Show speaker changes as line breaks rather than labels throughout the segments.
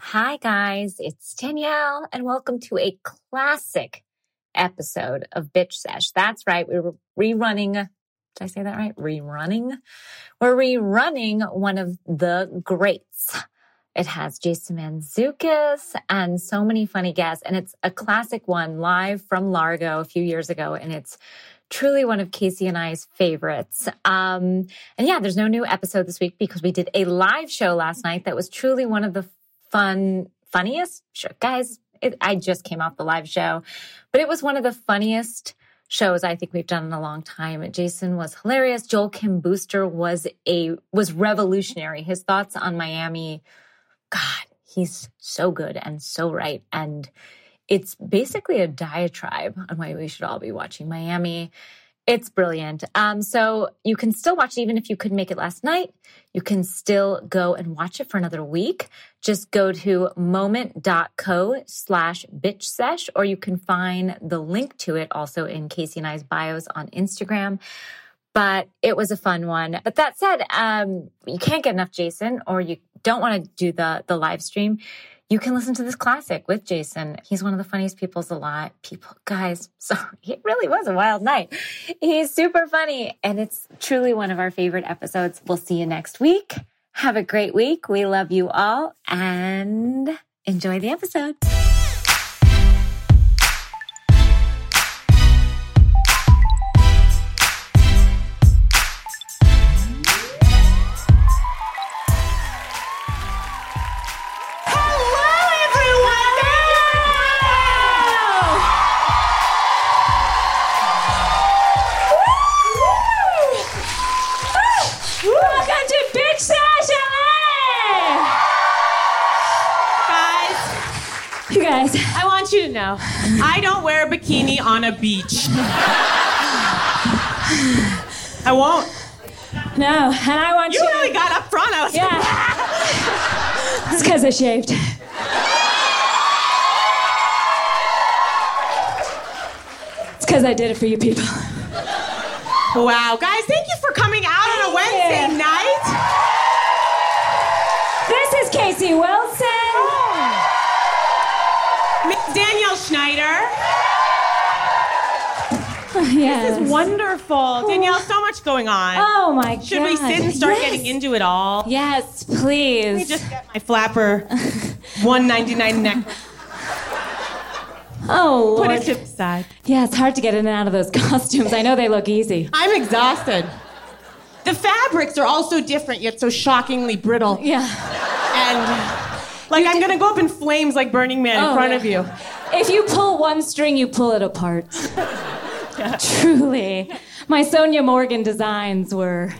Hi, guys. It's Danielle, and welcome to a classic episode of Bitch Sesh. That's right. We were rerunning. Did I say that right? Rerunning? We're rerunning one of the greats. It has Jason Manzukis and so many funny guests. And it's a classic one live from Largo a few years ago. And it's truly one of Casey and I's favorites. Um, and yeah, there's no new episode this week because we did a live show last night that was truly one of the fun, funniest. Sure, guys, it, I just came off the live show, but it was one of the funniest shows I think we've done in a long time. Jason was hilarious. Joel Kim Booster was a was revolutionary. His thoughts on Miami, God, he's so good and so right. And it's basically a diatribe on why we should all be watching Miami. It's brilliant. Um, so you can still watch it, even if you couldn't make it last night. You can still go and watch it for another week. Just go to moment.co slash bitch sesh, or you can find the link to it also in Casey and I's bios on Instagram. But it was a fun one. But that said, um, you can't get enough Jason, or you don't want to do the the live stream. You can listen to this classic with Jason. He's one of the funniest people's alive. People, guys, sorry, it really was a wild night. He's super funny, and it's truly one of our favorite episodes. We'll see you next week. Have a great week. We love you all, and enjoy the episode.
Hello, everyone! Woo! Woo! Welcome to Big Sash LA! Guys,
You guys,
I want you to know, I don't wear a bikini on a beach. I won't.
no, and I want
You
to.
really got up front. I was like,
yeah. it's because I shaved. It's because I did it for you people.
wow, guys, thank you for coming out on a Wednesday
you.
night.
This is Casey Wilson.
Oh, Miss Danielle Schneider.
Yes.
This is wonderful. Danielle, so much going on.
Oh my
Should
god.
we sit and start
Yes.
getting into it all?
Yes,
Let me
please.
just get my flapper 199 neck.
Oh
Put it
Lord.
to the side.
Yeah, it's hard to get in and out of those costumes. I know they look easy.
I'm exhausted. The fabrics are all so different, yet so shockingly brittle.
Yeah.
And like I'm gonna go up in flames like Burning Man in
Oh,
front
yeah.
of you.
If you pull one string, you pull it apart. Truly. My Sonia Morgan designs were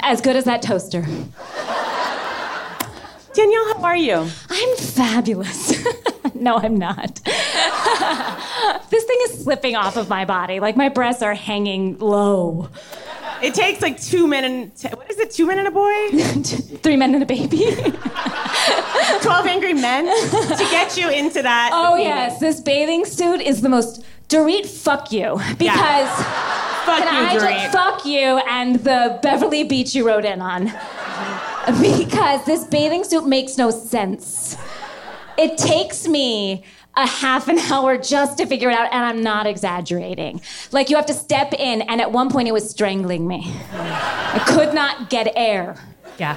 as good as that toaster.
Danielle, how are you?
I'm fabulous. no, I'm not. this thing is slipping off of my body. Like my breasts are hanging low.
It takes like two men and t- what is it? Two men and a boy?
Three men and a baby.
Twelve angry men to get you into that.
oh, yes. This bathing suit is the most. Dorit, fuck you. Because.
fuck
Can
you,
I
Doreen.
just fuck you and the Beverly Beach you rode in on? Because this bathing suit makes no sense. It takes me a half an hour just to figure it out, and I'm not exaggerating. Like, you have to step in, and at one point it was strangling me. I could not get air.
yeah.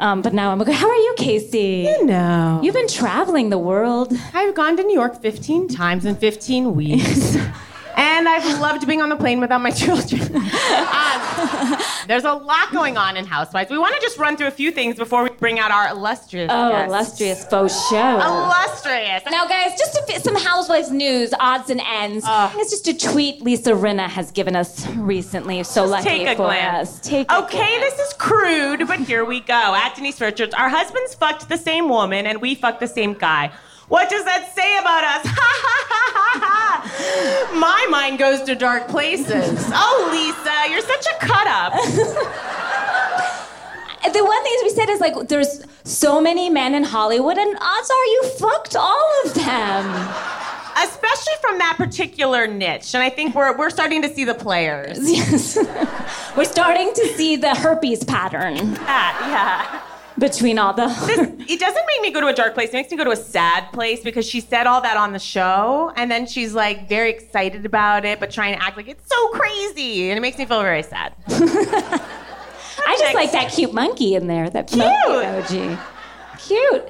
Um, but now I'm okay. How are you, Casey?
No.
You've been traveling the world.
I've gone to New York 15 times in 15 weeks. and I've loved being on the plane without my children. Um, there's a lot going on in Housewives. We want to just run through a few things before we bring out our illustrious
Oh,
guest.
illustrious faux show.
Oh, Illustrious.
Now, guys, just to fit some housewives news, odds and ends.
Ugh.
it's just a tweet Lisa Rinna has given us recently. So lucky
Take a
for
glance.
us. Take a
Okay,
glance.
this is crude, but here we go. At Denise Richards, our husbands fucked the same woman and we fucked the same guy. What does that say about us? Ha ha ha ha ha! My mind goes to dark places. Oh, Lisa, you're such a cut up.
The one thing we said is like, there's so many men in Hollywood, and odds are you fucked all of them.
especially from that particular niche. And I think we're we're starting to see the players.
Yes. We're starting to see the herpes pattern.
Yeah, yeah.
between all the.
It doesn't make me go to a dark place. It makes me go to a sad place because she said all that on the show, and then she's like very excited about it, but trying to act like it's so crazy, and it makes me feel very sad.
I just like that cute monkey in there. That monkey emoji. Cute.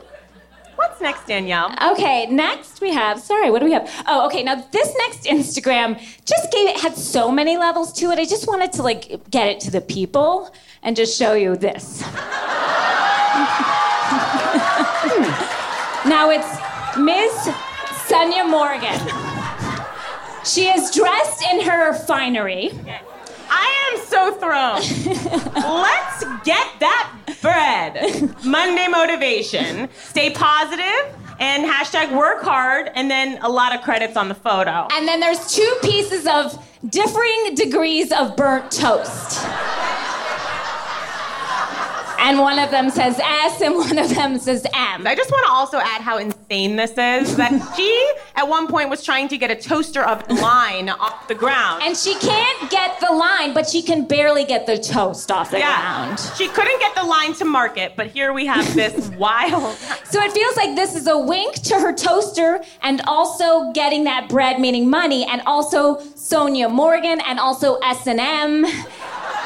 What's next, Danielle?
Okay, next we have. Sorry, what do we have? Oh, okay. Now this next Instagram just gave it had so many levels to it. I just wanted to like get it to the people and just show you this. now it's Ms. Sonia Morgan. She is dressed in her finery.
I am so thrown. Let's get that bread. Monday motivation. Stay positive and hashtag work hard, and then a lot of credits on the photo.
And then there's two pieces of differing degrees of burnt toast. And one of them says S and one of them says M.
I just want to also add how insane this is that she, at one point, was trying to get a toaster oven line off the ground.
And she can't get the line, but she can barely get the toast off the ground.
She couldn't get the line to market, but here we have this wild.
So it feels like this is a wink to her toaster and also getting that bread meaning money and also Sonia Morgan and also S&M.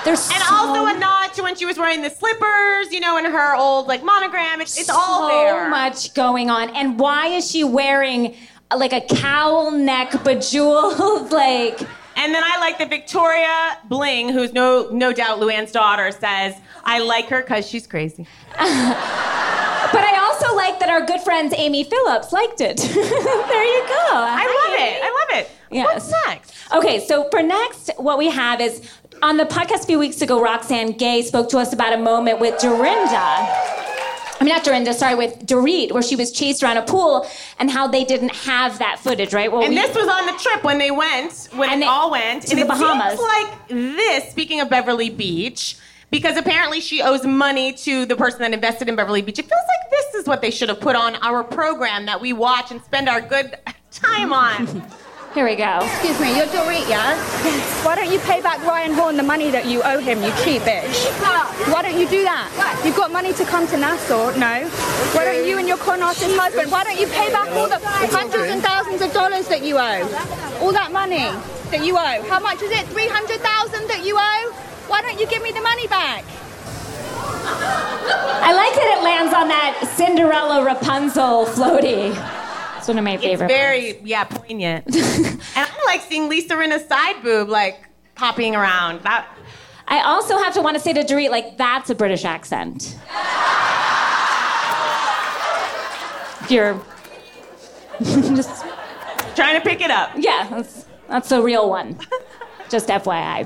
There's
And
so,
also a nod to when she was wearing the slippers, you know, and her old like monogram. It's, it's all
so
there.
much going on. And why is she wearing uh, like a cowl neck bejeweled like
And then I like that Victoria Bling, who's no no doubt Luann's daughter, says, I like her because she's crazy.
but I also like that our good friends Amy Phillips liked it. there you go.
I love it. I love it.
Yes.
What's next?
Okay, so for next, what we have is on the podcast a few weeks ago, Roxanne Gay spoke to us about a moment with Dorinda. I mean, not Dorinda, sorry, with Dorit, where she was chased around a pool and how they didn't have that footage, right? Well,
And
we-
this was on the trip when they went, when
And
they
they-
all went.
to
and
the
it
Bahamas.
seems like this, speaking of Beverly Beach, because apparently she owes money to the person that invested in Beverly Beach. It feels like this is what they should have put on our program that we watch and spend our good time on.
here we go.
Excuse me, you're Dorit, yeah? Why don't you pay back Ryan Horn the money that you owe him, you cheap bitch? Why don't you do that? You've got money to come to Nassau, no? Why don't you and your con artist husband, why don't you pay back all the hundreds and thousands of dollars that you owe? All that money that you owe. How much is it? 300,000 that you owe? Why don't you give me the money back?
I like that it lands on that Cinderella Rapunzel floaty. It's one of my
It's
favorite.
very, yeah, poignant. and I like seeing Lisa Rinna's side boob like popping around. That
I also have to want to say to Dorit, like, that's a British accent. if you're just
trying to pick it up.
Yeah, that's, that's a real one. Just FYI.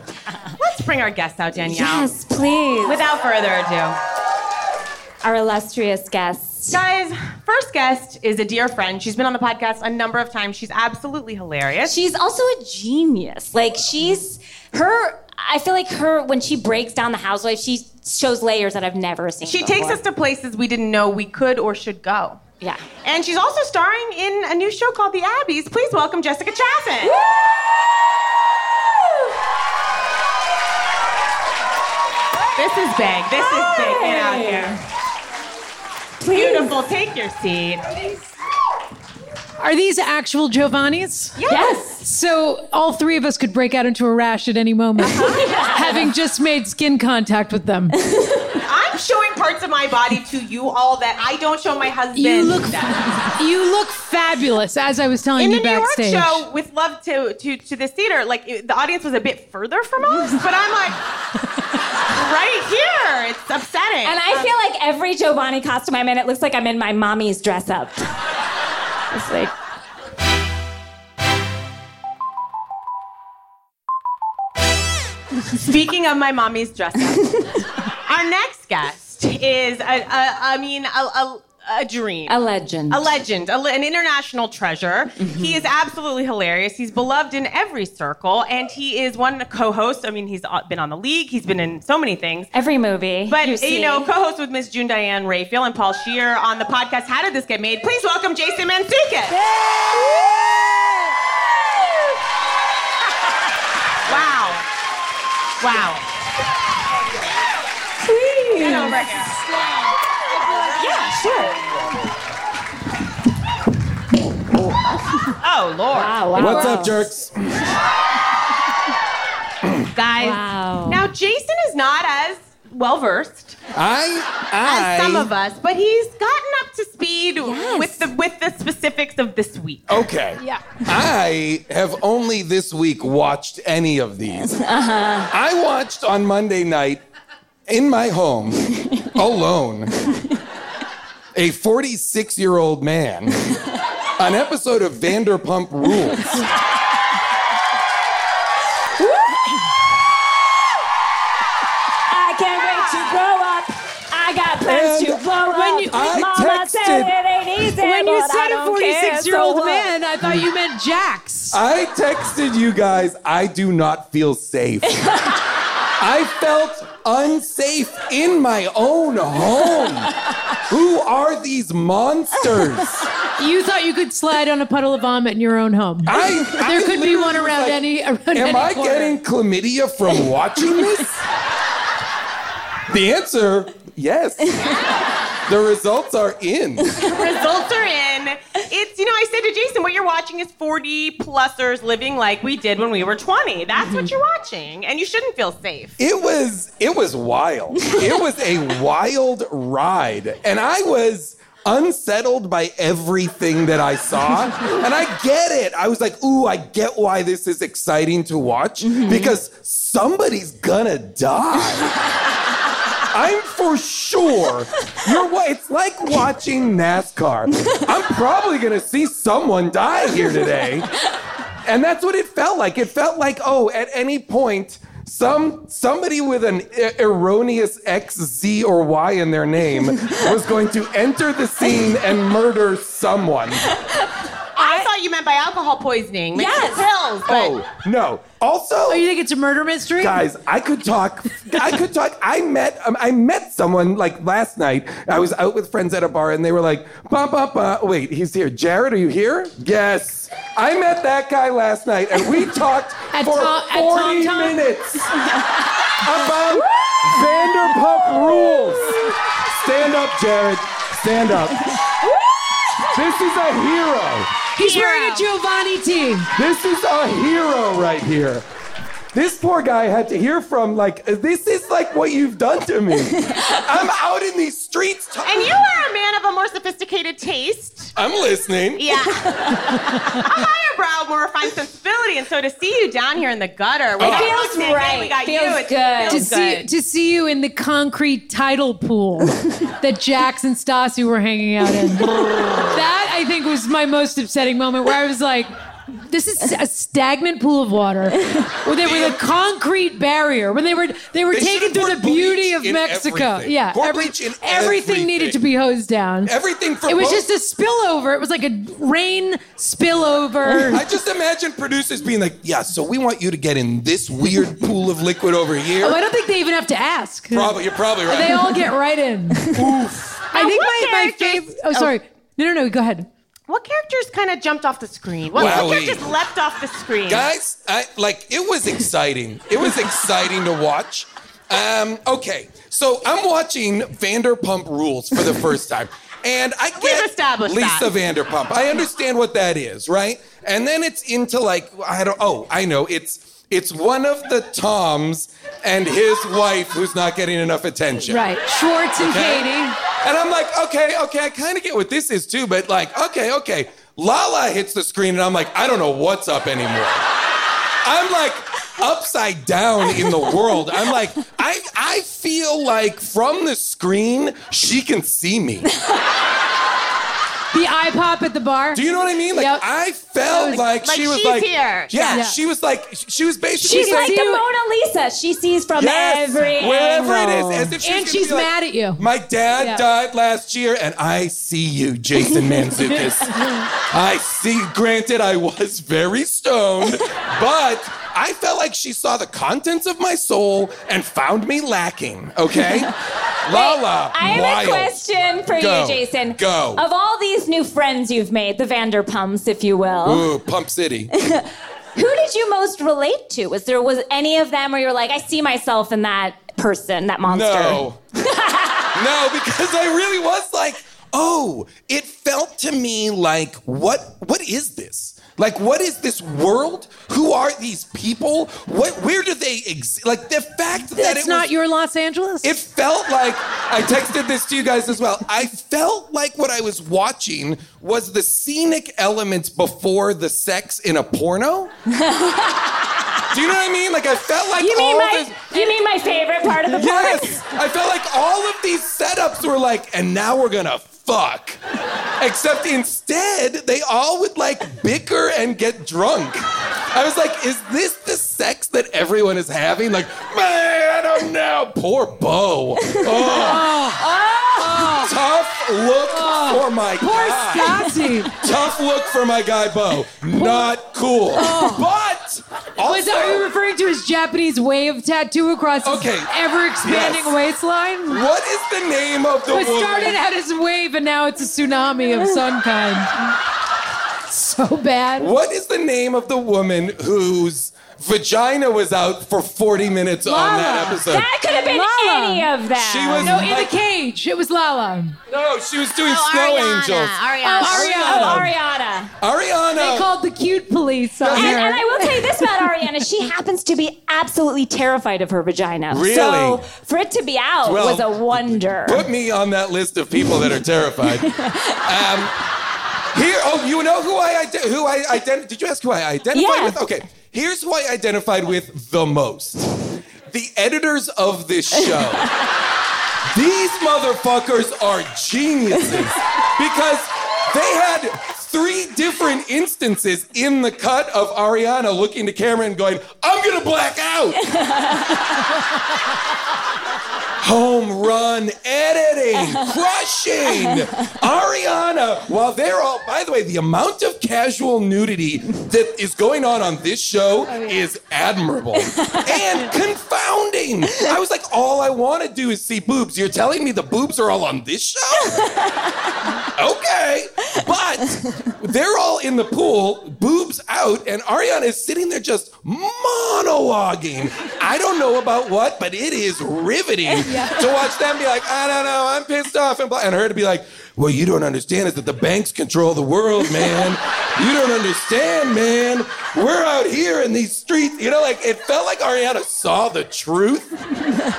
Let's bring our guests out, Danielle.
Yes, please.
Without further ado.
Our illustrious guest.
Guys, first guest is a dear friend. She's been on the podcast a number of times. She's absolutely hilarious.
She's also a genius. Like, she's her, I feel like her, when she breaks down the housewife, she shows layers that I've never seen.
She takes
before.
us to places we didn't know we could or should go.
Yeah.
And she's also starring in a new show called The Abbeys. Please welcome Jessica Chasson. This is big. This is big. Get out here. Beautiful. Take your seat.
Are these actual Giovanni's?
Yes.
So all three of us could break out into a rash at any moment, having just made skin contact with them.
I'm showing parts of my body to you all that I don't show my husband.
You look,
that.
you look fabulous, as I was telling
in
you
the
backstage.
New York show with love to to to this theater, like it, the audience was a bit further from us, but I'm like right here. It's upsetting.
And I feel like every Giovanni costume I'm in, it looks like I'm in my mommy's dress up. It's like,
Speaking of my mommy's dress up, our next guest is a, a I mean a, a, a dream.
a legend.
a legend, a le- an international treasure. He is absolutely hilarious. He's beloved in every circle, and he is one co-host. I mean, he's uh, been on the league. He's been in so many things.
Every movie.
But
you,
you,
see.
know, co-host with Miss June Diane Raphael and Paul Shear on the podcast. How did this get made? Please welcome Jason Mantzoukas. wow! Wow!
Please.
Get over here. Oh, Lord.
Wow, wow.
What's up, jerks?
Guys.
Wow.
Now, Jason is not as well versed
I, I.
as some of us, but he's gotten up to speed with the with the specifics of this week.
Okay. Yeah. I have only this week watched any of these.
Uh-huh.
I watched on Monday night in my home alone a 46 year old man an episode of Vanderpump Rules.
I can't wait to grow up. I got plans
And
to blow up.
when you-
I
Mama said
texted-
it ain't easy,
When you
but I
said a
don't care,
46 year old
so what?
man, I thought you meant Jax.
I texted you guys, I do not feel safe. I felt unsafe in my own home. Who are these monsters?
You thought you could slide on a puddle of vomit in your own home.
I,
There
I
could be one
literally was
around
like,
any around any
Am I
corner.
getting chlamydia from watching this? the answer, yes. the results are in.
Results are in. It's you know I said to Jason, what you're watching is 40 plusers living like we did when we were 20. That's what you're watching, and you shouldn't feel safe.
It was it was wild. It was a wild ride. And I was unsettled by everything that I saw. And I get it. I was like, "Ooh, I get why this is exciting to watch because somebody's gonna die." I'm for sure. You're what it's like watching NASCAR. I'm probably gonna see someone die here today. And that's what it felt like. It felt like, oh, at any point, some somebody with an e- erroneous X, Z, or Y in their name was going to enter the scene and murder someone.
I, thought you meant by alcohol poisoning. Maybe
Yes.
pills. But
Oh no! Also,
Oh, you think it's a murder mystery?
guys i could talk i could talk i met um, i met someone like last night i was out with friends at a bar and they were like bah, bah, bah. wait he's here jared are you here yes i met that guy last night and we talked
At
for
Tom- at Tom
40
Tom?
minutes about vanderpump rules stand up jared stand up this is a hero
He's wearing a Giovanni tee.
this is a hero right here. This poor guy had to hear from like this is like what you've done to me. I'm out in these streets. i
and you are a man of a more sophisticated taste.
I'm listening.
Yeah. a higher brow, more refined sensibility. And so to see you down here in the gutter, we got
feels
Nick, and
right.
We got you.
Feels
It
good.
To
Feels
see,
good.
to see you in the concrete tidal pool that Jax and Stassi were hanging out in. that, I think, was my most upsetting moment where I was like, this is a stagnant pool of water with a, with a concrete barrier. When they were they were
They
taken
should've
through the
poured
beauty
bleach
of
in
Mexico.
everything.
Yeah,
Poured bleach in
everything needed to
everything.
be hosed down.
Everything for
It was
both-
just a spillover. It was like a rain spillover.
I just imagine producers being like, yeah, so we want you to get in this weird pool of liquid over here.
Oh, I don't think they even have to ask.
probably you're probably right.
They all get right in.
Oof.
I think my, my
what characters-
favorite. Oh, sorry. No, no, no. Go ahead.
What characters kind of jumped off the screen? What, what
Wowee.
characters left off the screen?
guys i like it was exciting it was exciting to watch um okay so i'm watching vanderpump rules for the first time and i get
established that.
lisa vanderpump i understand what that is right and then it's into like i don't oh i know it's it's one of the toms and his wife who's not getting enough attention
Right. Schwartz and
Okay?
Katie.
And I'm like, okay, okay, I kind of get what this is too, but like, okay, okay. Lala hits the screen and I'm like, I don't know what's up anymore. I'm like upside down in the world. I'm like, I I feel like from the screen she can see me.
The eye pop at the bar.
Do you know what I mean? Like
Yep.
I felt like,
like
she was
she's
like
here.
Yeah,
Yeah.
she was like she was basically
She's
She's
saying,
like the Mona Lisa. She sees from
Yes,
every
wherever
angle.
it is, as if she's
And
gonna
she's
be like,
mad at you.
My dad
Yeah.
died last year, and I see you, Jason Manzukis. I see. Granted, I was very stoned, but I felt like she saw the contents of my soul and found me lacking. Okay, Lala,
I have
wild.
a question for
Go.
you, Jason.
Go.
Of all these new friends you've made, the Vanderpumps, if you will,
Ooh, Pump City.
who did you most relate to? Was there was any of them where you're like, I see myself in that person, that monster?
No. no, because I really was like, oh, it felt to me like what what is this? Like what is this world? Who are these people? What where do they exist? Like the fact that
That's
it
not
was,
your Los Angeles.
it felt like I texted this to you guys as well. I felt like what I was watching was the scenic elements before the sex in a porno. Do you know what I mean? Like I felt like
You mean
all
my
this
you mean my favorite part of the park?
Yes! I felt like all of these setups were like, and now we're gonna fuck. Except instead, they all would like bicker and get drunk. I was like, is this the sex that everyone is having? Like, man, I don't know. Poor Bo. Oh. Tough look for my
Oh, Poor
guy.
Stassi.
Tough look for my guy Bo. Not cool. But also,
Was that what you were referring to his Japanese wave tattoo across his
Okay.
ever expanding
Yes.
waistline?
what is the name of the
It
woman?
started out as a wave and now it's a tsunami of some kind. So bad.
What is the name of the woman whose vagina was out for 40 minutes on that
Lala.
episode?
That could have been
Lala.
any of that.
she was
No, in the cage. It was Lala.
no, she was doing snow angels.
Oh, Ariana.
Ariana.
Oh, Ariana.
Ariana.
They called the cute police on
And-
And,
her.
and I will tell you this about Ariana. She happens to be absolutely terrified of her vagina. So
Really?
for it to be out
Well,
was a wonder.
Put me on that list of people that are terrified. um, here, oh, you know who I ide- who I identified? Did you ask who I identified
Yeah.
with? Okay, here's who I identified with the most: the editors of this show. These motherfuckers are geniuses because they had three different instances in the cut of Ariana looking to camera and going, "I'm gonna black out." home run editing, crushing Ariana. While they're all, by the way, the amount of casual nudity that is going on on this show is admirable and confounding. I was like, all I want to do is see boobs. You're telling me the boobs are all on this show? okay. But they're all in the pool, boobs out, and Ariana is sitting there just monologuing. I don't know about what, but it is riveting to watch them be like, I don't know, I'm pissed off, and, blah, and her to be like, well, you don't understand is that the banks control the world, man. You don't understand, man. We're out here in these streets. You know, like it felt like Ariana saw the truth,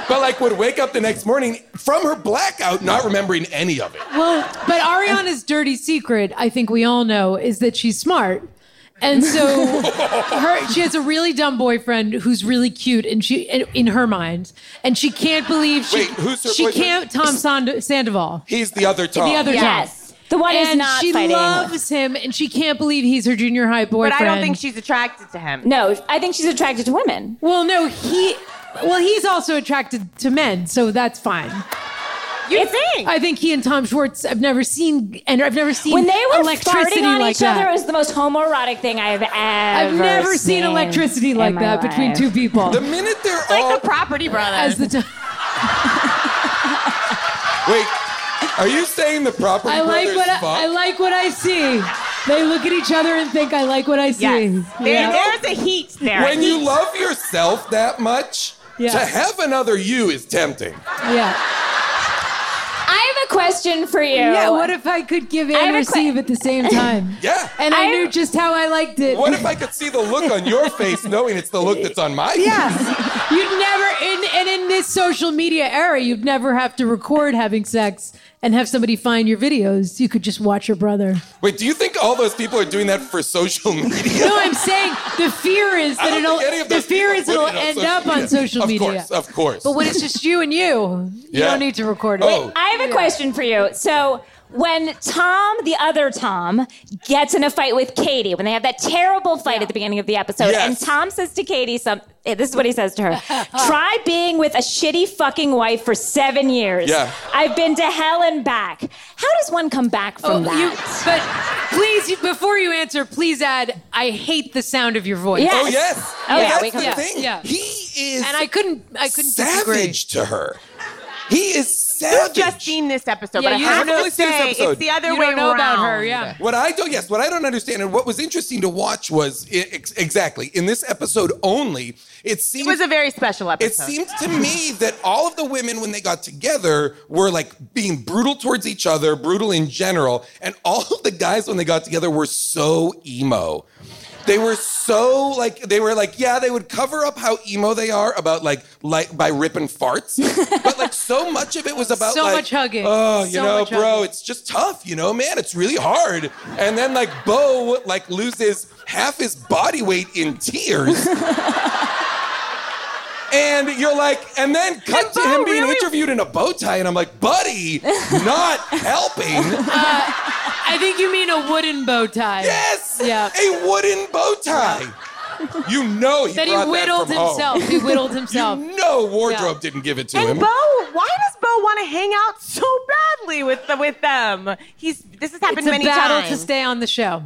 but like would wake up the next morning from her blackout, not remembering any of it.
Well, but Ariana's dirty secret, I think we all know, is that she's smart. And so her she has a really dumb boyfriend who's really cute and she in her mind and she can't believe she
Wait, who's her
she
boyfriend?
can't Tom Sand- Sandoval.
He's the other Tom.
The other
yes.
Tom.
The one who's
And
not
she
fighting.
loves him and she can't believe he's her junior high
But
boyfriend.
I don't think she's attracted to him.
no, I think she's attracted to women.
Well, no, he well, he's also attracted to men, so that's fine.
You think?
I think he and Tom Schwartz. I've never seen, and I've never seen
When they were
electricity
farting on
like
each
that.
other, it was the most homoerotic thing I've ever.
I've never seen electricity
in
like
my
that between
life.
two people.
The minute they're
like
all
the property
as
brothers.
the t-
wait, are you saying the property
I like
brothers
what I,
fuck?
I like what I see. They look at each other and think I like what I see.
yes. There-
Yeah.
There's a heat there.
When you love yourself that much,
Yeah.
to have another you is tempting.
yeah.
I have a question for you.
Yeah, What if I could give
have
and
a
receive
que-
at the same time?
Yeah.
And I,
I-
knew just how I liked it.
What if I could see the look on your face knowing it's the look that's on my face?
Yes. You'd never in and in this social media era, you'd never have to record having sex and have somebody find your videos. You could just watch your brother.
Wait, do you think all those people are doing that for social media?
No, I'm saying the fear is
I
that
don't
it'll
think any of
the
those
fear is
people
it'll
would on
end
social
up on social media.
Of course, of course.
But when it's just you and you, you
Yeah.
don't need to record it.
Oh.
I have a question for you. So when Tom, the other Tom, gets in a fight with Katie, when they have that terrible fight at the beginning of the episode,
Yes.
and Tom says to Katie, "Some eh, this is what he says to her: Try being with a shitty fucking wife for seven years.
Yeah.
I've been to hell and back. How does one come back from
Oh,
that?
you- but please, you- before you answer, please add, I hate the sound of your voice.
Yeah.
oh yes.
Oh, yeah,
that's
we can-
the
yeah,
thing.
yeah.
He is
And I couldn't, I couldn't disagree.
savage to her. He is savage.
I've just seen this episode,
Yeah,
but I
you
have
don't
to
really see this
say
episode.
it's the other
You
way
don't know about her,
round.
yeah.
What I don't, yes, what I don't understand and what was interesting to watch was i ex- exactly in this episode only, it
It
seemed
was a very special
it
episode.
seemed to me that all of the women when they got together were like being brutal towards each other, brutal in general, and all of the guys when they got together were so emo. They were so like they were like yeah they would cover up how emo they are about like like by ripping farts, but like so much of it was about
So
like,
much hugging.
Oh, you
So
know,
much
bro,
hugging.
it's just tough. You know, man, it's really hard. And then like Bo like loses half his body weight in tears. And you're like, and then cut
And
to
Bo
him being
really-
interviewed in a bow tie, and I'm like, buddy, not helping.
I think you mean a wooden bow tie.
yes,
Yeah.
a wooden bow tie. You know he
That he
brought
whittled
that from
himself. He whittled himself.
Home. You know wardrobe
Yeah.
didn't give it to him.
and Bo, why does Bo want to hang out so badly with the, with them? He's this has happened
It's a
many
battle
times.
to stay on the show.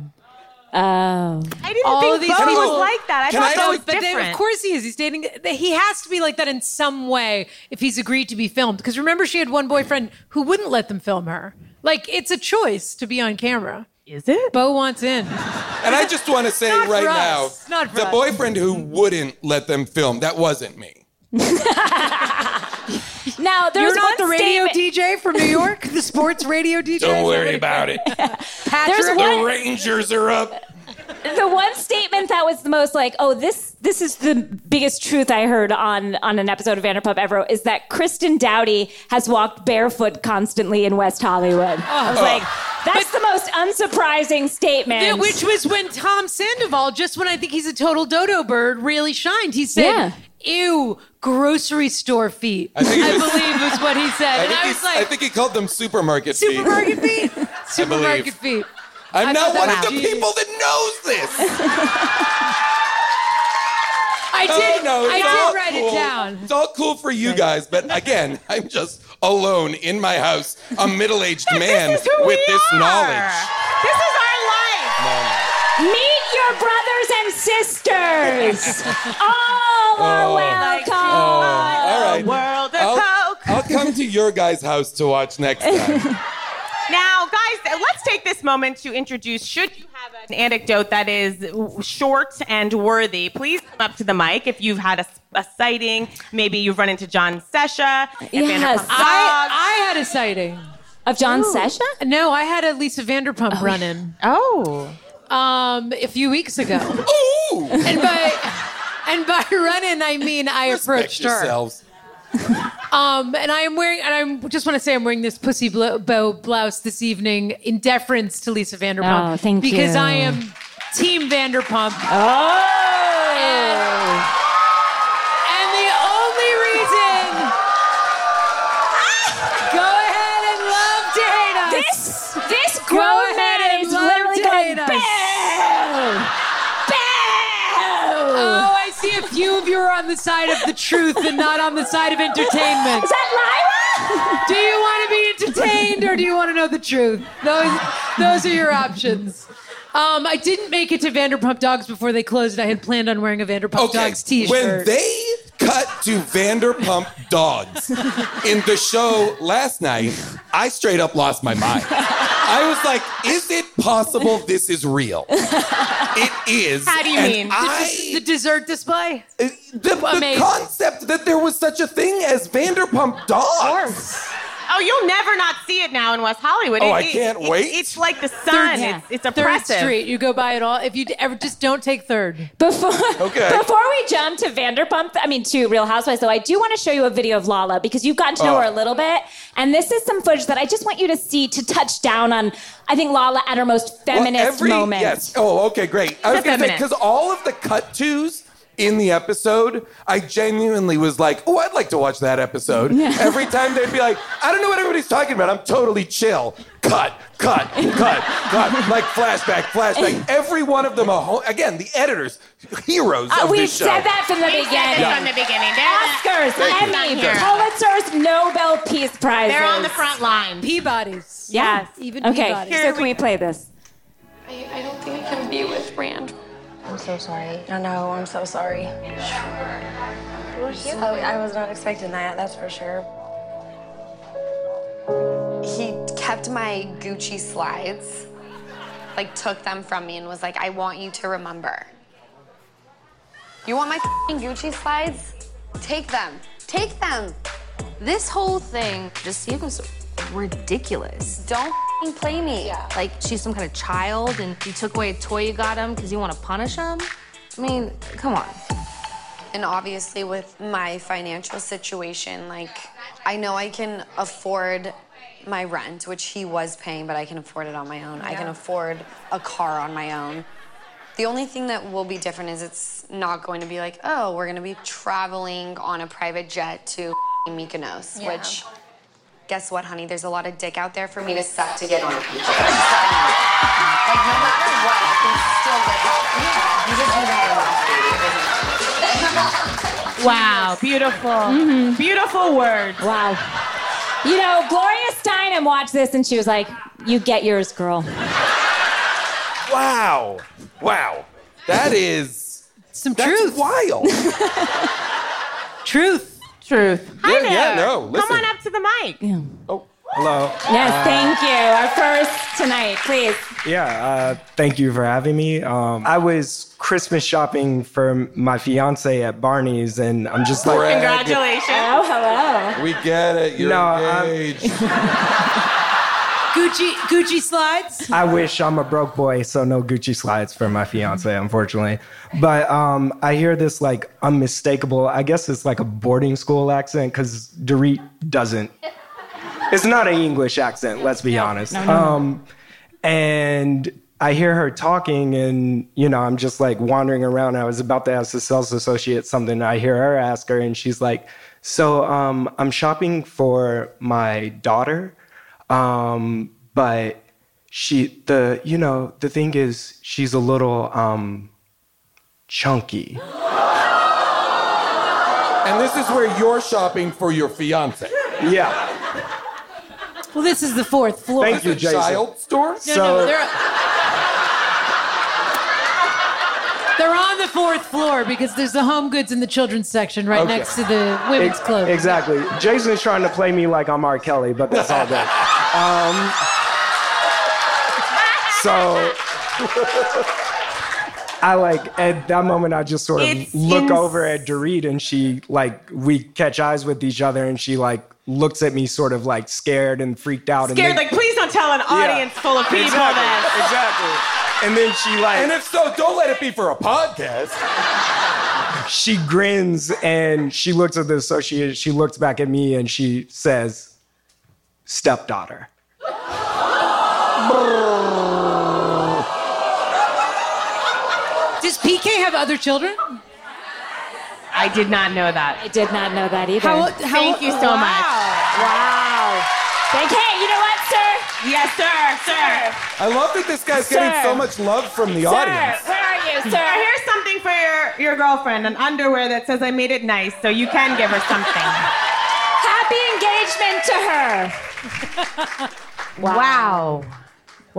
Oh.
I didn't
all
think
these
Bo
people-
was like that. I
Can
thought
I
Bo
just-
was
but
different.
They, of course he is. He's dating. He has to be like that in some way if he's agreed to be filmed. Because remember, she had one boyfriend who wouldn't let them film her. Like it's a choice to be on camera.
is it?
Bo wants in.
And I just want to say
Not for
right now,
us. Not for
the
us.
boyfriend who wouldn't let them film, that wasn't me.
Now there's
You're not the
one
radio
statement-
DJ from New York, the sports radio DJ.
Don't worry about it.
There's
Patrick.
one-
The Rangers are up.
the one statement that was the most like, oh, this this is the biggest truth I heard on on an episode of Vanderpump ever is that Kristen Dowdy has walked barefoot constantly in West Hollywood.
Oh.
I was
Oh,
like, that's the most unsurprising statement.
Yeah, which was when Tom Sandoval, just when I think he's a total dodo bird, really shined. He said,
Yeah.
"Ew, grocery store feet." I,
think it was-
believe was what he said,
I
and
think,
I
he,
was like,
I think he called them supermarket feet.
"Supermarket feet, supermarket feet."
I'm
I
not
thought
one
that
of the
was genius.
people that knows this.
I
Uh,
did.
no,
I
it's all
did write
cool.
it down.
It's all cool for you guys, but again, I'm just alone in my house, a middle-aged man
this is who
with
we
this
are.
knowledge.
This is our life.
Meet your brothers and sisters. All
Oh.
are welcome.
All right.
World of
I'll,
Coke.
I'll come to your guys' house to watch next time.
Now, guys, let's take this moment to introduce. Should you have an anecdote that is w- short and worthy, please come up to the mic. If you've had a, s- a sighting, maybe you've run into John Sesha. at
Yes.
Vanderpump Dogs.
I, I had a sighting.
Of John Sesha?
No, I had a Lisa Vanderpump run-in
oh,
um, a few weeks ago,
Ooh!
and by and by run-in I mean I
Respect
approached her.
yourselves.
Um, and I am wearing, and I just want to say I'm wearing this pussy blo- bow blouse this evening in deference to Lisa Vanderpump.
Oh, thank
Because
you.
I am Team Vanderpump.
Oh.
And the only reason. Go ahead and love to hate us.
This this
Go
grown
ahead
man
and
is literally going
love data.
bam, bam.
Oh, I see a few of you are on the side of the truth and not on the side of entertainment.
Is that Lyra?
Do you want to be entertained or do you want to know the truth? Those, those are your options. Um, I didn't make it to Vanderpump Dogs before they closed. I had planned on wearing a Vanderpump Dogs t-shirt.
When they cut to Vanderpump Dogs in the show last night, I straight up lost my mind. I was like, is it possible this is real? It is.
How do you
and
mean? The-
I,
the dessert display?
the, the
Amazing.
concept that there was such a thing as Vanderpump Dogs.
oh, you'll never not see it now in West Hollywood.
Oh,
It-
I
it-
can't
it-
wait.
It's like the sun.
Yeah.
It's, it's
Third
oppressive.
Street. You go by it all. If you d- ever just don't take Third.
Before,
Okay.
before we jump to Vanderpump, I mean to Real Housewives, though, I do want to show you a video of Lala because you've gotten to know
Oh.
her a little bit, and this is some footage that I just want you to see to touch down on. I think Lala at her most
Well,
feminist
every-
moment.
Yes. Oh, okay, great. I was
a
gonna say
feminist.
because all of the cut twos in the episode, I genuinely was like, "Oh, I'd like to watch that episode." Every time they'd be like, "I don't know what everybody's talking about. I'm totally chill." Cut, cut, cut, cut. Like flashback, flashback. Every one of them, a whole, again, the editors, heroes
Uh,
of
we
this show.
said that from the
We
beginning.
said this from the beginning. They're,
Oscars,
Thank
Emmy,
you.
Pulitzers, Nobel Peace Prizes.
they're on the front line.
Peabody's.
Yes.
Even
okay.
Peabody's.
So can we play this?
I, I don't think I can be with Rand.
I'm so sorry. I know, I'm so sorry. I, I was not expecting that, that's for sure. He kept my Gucci slides, like took them from me and was like, I want you to remember. You want my fing Gucci slides? Take them. Take them.
This whole thing just seems ridiculous.
Don't fing play me.
Like she's some kind of child, and you took away a toy you got him because you want to punish him. I mean, come on.
And obviously, with my financial situation, like, I know I can afford my rent, which he was paying, but I can afford it on my own. I can afford a car on my own. The only thing that will be different is it's not going to be like, oh, we're going to be traveling on a private jet to Mykonos, which, guess what, honey? There's a lot of dick out there for me to suck to get on a beach. like, no matter what, I can still get out. Yeah, you just need to have enough, baby. It doesn't matter.
Wow, beautiful, beautiful words.
Wow. You know, Gloria Steinem watched this and she was like, You get yours, girl.
Wow. Wow. That is
Some
that's
truth.
wild.
Truth.
Truth. Hi
Yeah, yeah,
there.
no, listen.
Come on up to the mic.
Oh,
Hello.
Yes, thank you. Our first tonight, please.
yeah. Uh, thank you for having me. Um, I was Christmas shopping for my fiance at Barney's, and I'm just like,
Congratulations.
Oh, hello.
We get it. You're
No, I'm-
engaged.
Gucci Gucci slides.
I wish I'm a broke boy, so no Gucci slides for my fiance, unfortunately. But um, I hear this like unmistakable. I guess it's like a boarding school accent because Dorit doesn't. It's not an English accent. Let's be honest. Um, and I hear her talking, and you know, I'm just like wandering around. I was about to ask the sales associate something. I hear her ask her, and she's like, "So um, I'm shopping for my daughter, um, but she the you know the thing is she's a little um, chunky."
And this is where you're shopping for your fiance.
Yeah.
Well, this is the fourth floor.
Thank you,
The
Jason.
child store?
so
They're, they're on the fourth floor because there's the home goods and the children's section right
Okay.
next to the women's
Ex-
clothes.
Exactly. Jason's trying to play me like I'm R. Kelly, but that's all good. Um, so I like at that moment I just sort of
It's
look
ins-
over at Dorit and she like we catch eyes with each other and she like looks at me sort of like scared and freaked out
Scared,
and then,
like, please don't tell an audience full of people that.
exactly. And then she like
And if so, don't let it be for a podcast.
she grins and she looks at the associate. She looks back at me and she says, "Stepdaughter."
Does PK have other children?
I did not know that.
I did not know that either.
How, how,
Thank you so much.
wow. Thank Hey, you know what, sir?
Yes, sir, sir.
I love that this guy's getting so much love from the audience.
Sir, where are you,
Sir,
sir?
here's something for your, your girlfriend an underwear that says I made it nice, so you can give her something.
Happy engagement to her. Wow. Wow. wow,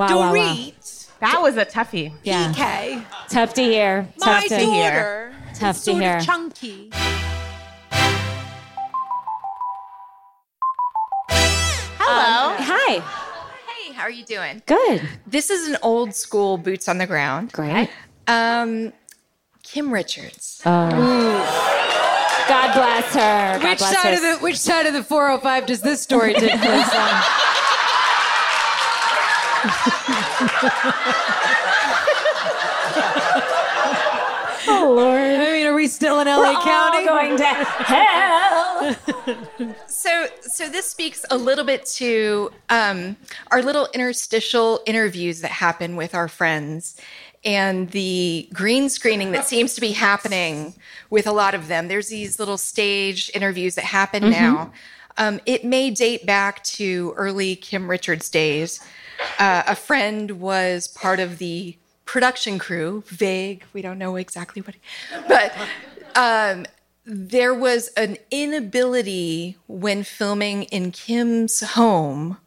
wow.
Dorit,
That was a toughie.
Yeah.
okay,
Tough to hear.
my
Tough to
daughter
hear.
is
Tough to
sort
hear.
of chunky.
Hello. Hi.
Hey, how are you doing?
Good.
This is an old school boots on the ground.
Great.
Um, Kim Richards.
God bless her. God
Which
bless
side
her.
of the which side of the 405 does this story take place on?
oh, Lord.
I mean, are we still in LA
We're all
County?
going to hell.
So, so this speaks a little bit to um, our little interstitial interviews that happen with our friends, and the green screening that seems to be happening with a lot of them. There's these little staged interviews that happen now. Um, it may date back to early Kim Richards days. Uh, a friend was part of the production crew. Vague, we don't know exactly what, but. Um, there was an inability when filming in Kim's home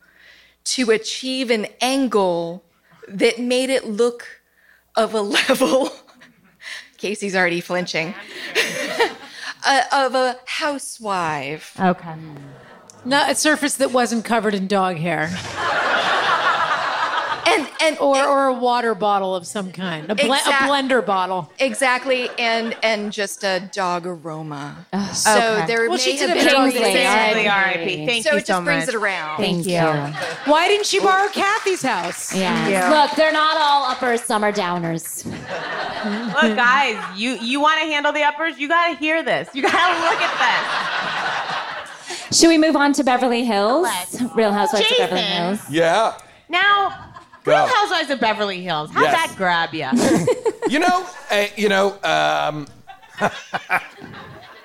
to achieve an angle that made it look of a level. Casey's already flinching. uh, of a housewife.
Okay.
Not a surface that wasn't covered in dog hair.
and and
or or a water bottle of some kind, a, ble-
Exact-
a blender bottle.
Exactly, and and just a dog aroma. so
okay.
there
Well,
may
she did
have
a
been
dog
a
thing.
reason.
Exactly, R.I.P.. Thank
so
you
it just
so
brings
much.
it around.
Thank you. Why didn't she borrow Kathy's house?
Yeah. Look, they're not all upper summer downers.
Look, guys, you you want to handle the uppers? You gotta hear this. You gotta look at
Should we move on to Beverly Hills? Real Housewives of Beverly
Jason.
Hills.
Yeah.
this. Now,
Go.
Real Housewives of Beverly Hills. How'd
Yes.
that grab you?
you know, uh, you know, um,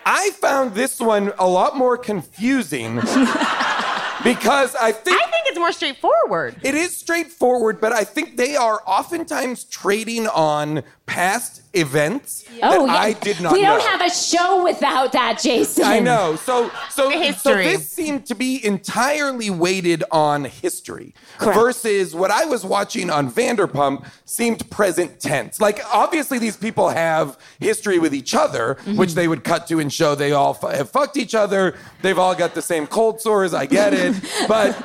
I found this one a lot more confusing because I think I
think it's more straightforward.
It is straightforward, but I think they are oftentimes trading on past events that
Oh, yeah.
I did not.
We don't
know.
have a show without that, Jason.
I know. So so
The
so
history.
this seemed to be entirely weighted on history versus what I was watching on Vanderpump seemed present tense. Like obviously these people have history with each other,
Mm-hmm.
which they would cut to and show they all fu- have fucked each other. They've all got the same cold sores. I get it, but.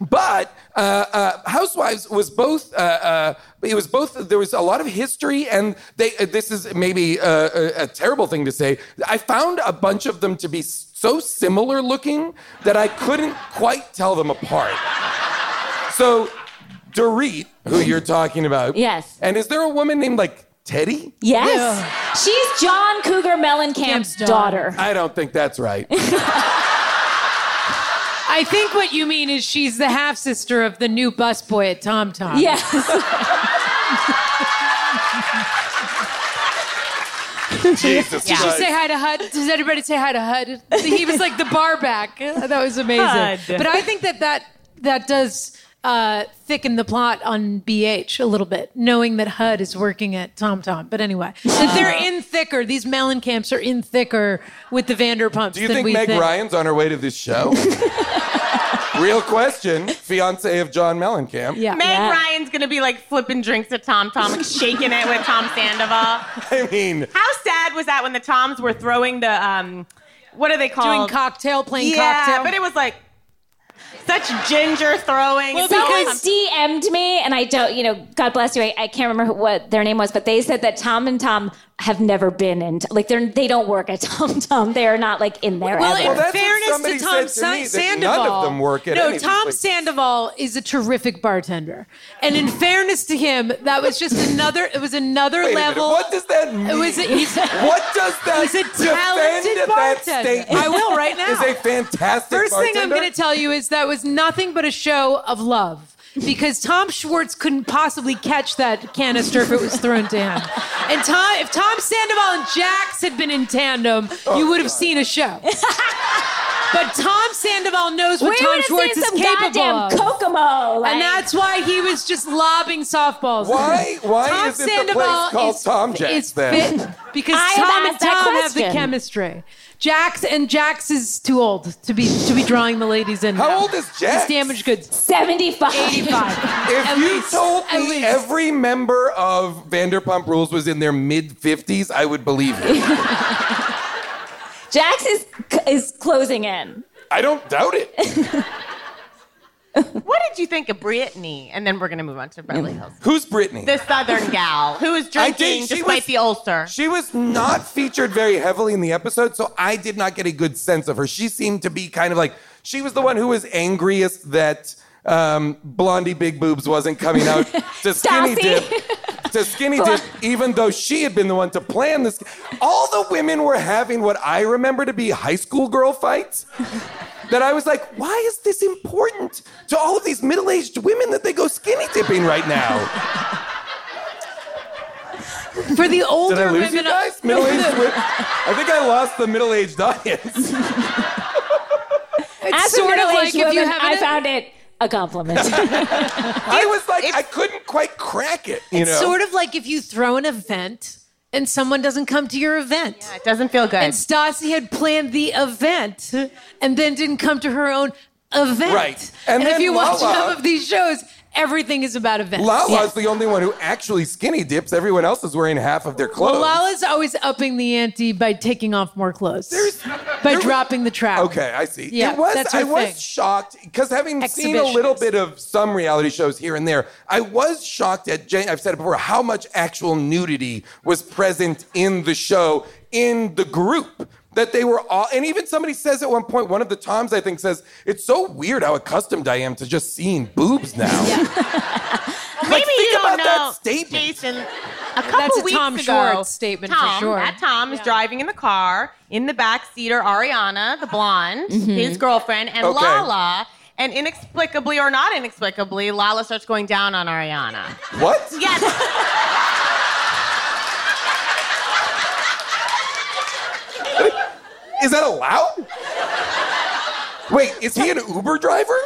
But uh, uh, Housewives was both. Uh, uh, it was both. There was a lot of history, and they. Uh, this is maybe uh, a, a terrible thing to say. I found a bunch of them to be so similar looking that I couldn't quite tell them apart. So, Dorit, who you're talking about,
Yes.
And is there a woman named like Teddy?
Yes. She's John Cougar Mellencamp's daughter.
I don't think that's right.
I think what you mean is she's the half sister of the new busboy at Tom Tom.
Yes.
Jesus
Did you
Christ.
say hi to Hud? Does everybody say hi to Hud? He was like the bar back. That was amazing.
Hud.
But I think that that, that does uh, thicken the plot on BH a little bit, knowing that Hud is working at Tom Tom. But anyway, that
Uh.
they're in thicker. These Mellenkamps are in thicker with the Vanderpumps.
Do you
than
think
we
Meg
think.
Ryan's on her way to this show? Real question. Fiance of John Mellencamp.
Uh,
Meg Ryan's gonna be like flipping drinks at Tom Tom and shaking it with Tom Sandoval.
I mean,
How sad was that when the Toms were throwing the um, what are they called?
Doing cocktail, playing
Um, yeah,
cocktail.
but it was like such ginger throwing.
Oh,
It's so
Someone
uncomfortable.
DM'd me, and I don't, you know, God bless you. I, I can't remember who- what their name was, but they said that Tom and Tom have never been in, like, they're, they don't work at Tom Tom. They are not, like, in there.
Well,
ever.
in fairness to Tom Sa- Sandoval,
none of them work at
no,
any of these
Tom
places.
Sandoval is a terrific bartender, and in fairness to him, that was just another. It was another
Wait a minute,
level.
what does that mean?
It was. A, he's a-
what does that
He's a talented
defend at that
bartender.
statement?
I will right now.
Is a fantastic
First thing I'm
bartender?
going to tell you is that was nothing but a show of love. Because Tom Schwartz couldn't possibly catch that canister if it was thrown to him. And Tom, if Tom Sandoval and Jax had been in tandem,
Oh,
you would have seen a show. but Tom Sandoval knows
we
what
would
Tom
have
Schwartz
seen
is
some
capable of.
goddamn Kokomo. Like,
and that's why he was just lobbing softballs.
Why- why
Tom
is it the place
Sandoval
called
is,
Tom Jax,
is
then?
fit because
I have
Tom and
asked that
Tom have the
question.
chemistry. Jax and Jax is too old to be to be drawing the ladies in.
How
now.
old is Jax?
He's damaged goods.
75.
85.
If
At
you
least-
told
at
me
least.
every member of Vanderpump Rules was in their mid 50s, I would believe you.
Jax is, is closing in.
I don't doubt it.
What did you think of Brittany? And then we're gonna move on to Beverly Hills.
Who's Brittany?
The Southern gal who is
Mm. I think
drinking
she
despite
was-
the ulcer.
She was not featured very heavily in the episode, so I did not get a good sense of her. She seemed to be kind of like she was the one who was angriest that um, Blondie Big Boobs wasn't coming out to skinny
Stassi.
dip. To skinny dip, even though she had been the one to plan this. All the women were having what I remember to be high school girl fights. That I was like, why is this important to all of these middle aged women that they go skinny dipping right now?
For the older
Did I lose
women, uh,
you guys? Middle aged women. I think I lost the middle aged audience.
it's
As a
sort of like if
middle-aged
you
woman,
have
I
an-
found it a compliment.
I was like, I couldn't quite crack it. You
it's
know,
sort of like if you throw an event and someone doesn't come to your event.
It doesn't feel good.
And Stassi had planned the event and then didn't come to her own event.
Right.
And,
And
if
then
you watch
Lala-
enough of these shows, everything is about events.
Lala's the only one who actually skinny dips. Everyone else is wearing half of their clothes.
Well, Lala's always upping the ante by taking off more clothes, by dropping the trap.
Okay, I see.
Yeah,
it was
that's her
I was
thing.
shocked because having seen a little bit of some reality shows here and there, I was shocked at Jane. I've said it before how much actual nudity was present in the show in the group. That they were all, and even somebody says at one point, one of the Toms I think says, it's so weird how accustomed I am to just seeing boobs now.
Maybe
think
you don't
about that
know,
statement.
Jason. A couple
That's a
weeks
Tom
ago,
Schwartz statement for
Tom,
sure.
That Tom is driving in the car. In the back seat are Ariana, the blonde,
Mm-hmm.
his girlfriend, and
Okay.
Lala. And inexplicably or not inexplicably, Lala starts going down on Ariana.
What?
Yes.
Is that allowed? Wait, is he an Uber driver?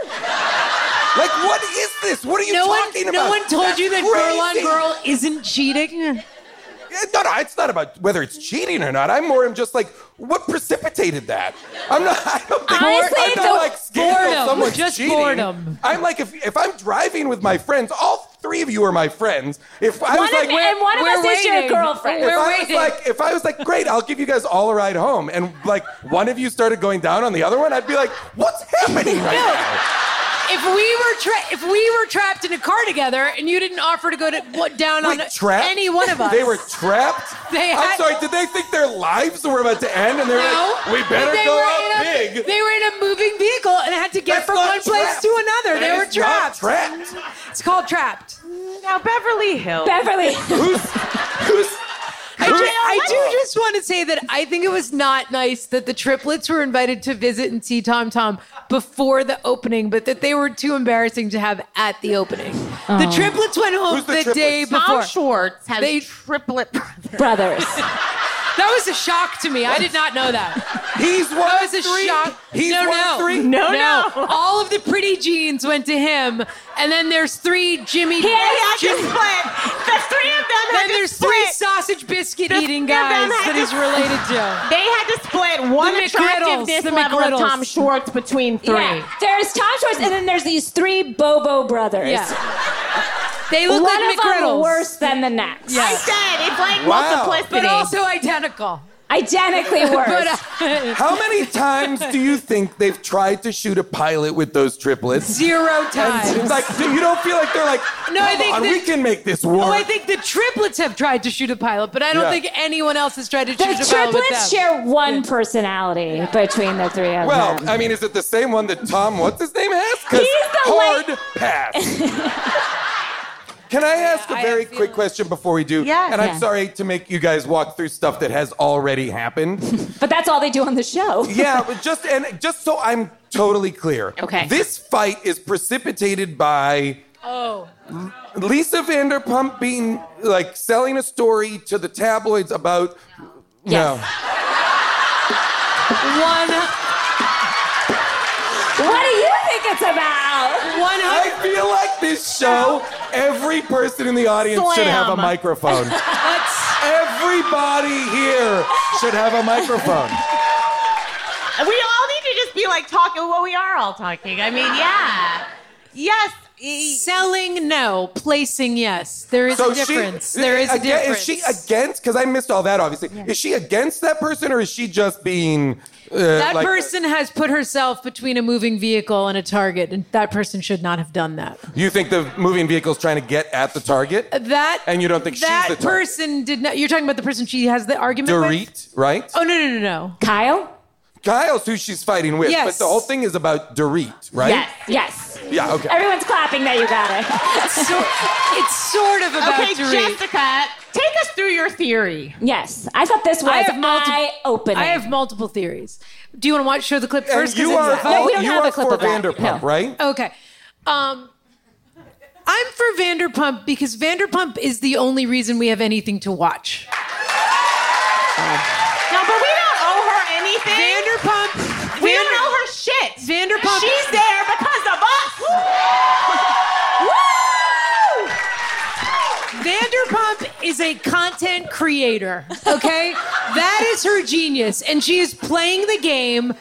Like, what is this? What are you
no
talking
one,
about?
No one told you that
That's
Girl on
crazy.
Girl isn't cheating.
Yeah, No, no, it's not about whether it's cheating or not. I'm more, I'm just like, what precipitated that? I'm not, I don't think,
Honestly,
I'm
the
not like scared
boredom,
of someone's
just
cheating.
boredom.
I'm like, if, if I'm driving with my friends, all three of you are my friends. If I was
One of-
like,
and one of We're us is your waiting. girlfriend.
If
We're
I
waiting.
was like, if I was like, great, I'll give you guys all a ride home, and like one of you started going down on the other one, I'd be like, what's happening right now?
If we were tra- if we were trapped in a car together and you didn't offer to go to what down on
Wait, trapped?
any one of us,
They were trapped?
They
I'm
had-
sorry, did they think their lives were about to end and they were
No,
like, we better
They
go
were in
out
a-
big?
They were in a moving vehicle and had to get
That's
from
not
one place
trapped.
to another.
That
they were
is not
trapped.
trapped.
It's called trapped.
Now Beverly Hills.
Beverly.
who's who's
I do, I do just want to say that I think it was not nice that the triplets were invited to visit and see Tom Tom before the opening, but that they were too embarrassing to have at the opening. The
Oh.
triplets went home
Who's the
the, day
triplets? Tom
before.
Schwartz has triplet
brothers. that was a shock to me. I did not know that.
He's one
That was a
of three.
shock.
He's
no,
one
no.
of three.
No, no, All of the pretty jeans went to him, and then there's three Jimmy.
He had to
Jimmy-
split. The three of them had
Then
to
there's
split.
three sausage biscuit eating
three of
guys
them
that
had to-
he's related to.
They had to split one
The McGriddles,
attractiveness
the
level of
McGriddles.
Tom Schwartz between three.
Yeah. There's Tom Schwartz, and then there's these three Bobo brothers.
Yeah. They look
One
like
of them
McGriddles.
worse than the next.
Yeah. I
said it's like
Wow. multiplicity.
but also identical. uh,
Identically worse.
How many times do you think they've tried to shoot a pilot with those triplets?
Zero times.
It's like do- you don't feel like they're like,
No, I
"Come
think
on,
the-
we can make this work.
Oh, I think the triplets have tried to shoot a pilot, but I don't
Yeah.
think anyone else has tried to shoot
The
a pilot with them.
triplets share one personality between the three of
well,
them.
I mean, is it the same one that Tom? What's his name has? 'Cause
He's the
hard pass. Can I ask a very quick question before we do?
Yes.
And I'm
Yeah.
sorry to make you guys walk through stuff that has already happened.
But that's all they do on the show.
yeah, but just and just so I'm totally clear.
Okay.
This fight is precipitated by
Oh.
Lisa Vanderpump being like selling a story to the tabloids about
Yes. One.
What do you think it's about?
One
I feel like this show, every person in the audience should have a
Slam.
microphone. Everybody here should have a microphone.
We all need to just be like talking what we are all talking. I mean, yeah. Yes.
Selling no, placing yes. There is a difference.
She,
there is a
aga-
difference.
Is she against? Because I missed all that, obviously. Is she against that person, or is she just being? Uh,
that
like-
person has put herself between a moving vehicle and a target, and that person should not have done that.
You think the moving vehicle's trying to get at the target,
That
and you don't think
that
she's the target?
person did not. You're talking about the person she has the argument with.
Dorit, right?
Oh no no no no.
Kyle.
Kyle's who she's fighting with,
Yes.
but the whole thing is about Dorit, right?
Yes.
Yeah. Okay.
Everyone's clapping that you got it.
it's sort of
about
okay,
Dorit.
Jessica, take us through your theory.
yes. I thought this was
I have multiple.
eye-opening.
I have multiple theories. Do you want to watch show the clip
And
first? 'Cause
you
it's-
are
No, we don't
you
have
are
a clip
for
of that.
Vanderpump,
No.
right?
Okay. Um, I'm for Vanderpump because Vanderpump is the only reason we have anything to watch.
No, but we don't owe her anything.
Vanderpump.
We
Vander-
don't owe her shit.
Vanderpump-
She's there because of us. Woo!
Vanderpump is a content creator, okay? that is her genius, and she is playing the game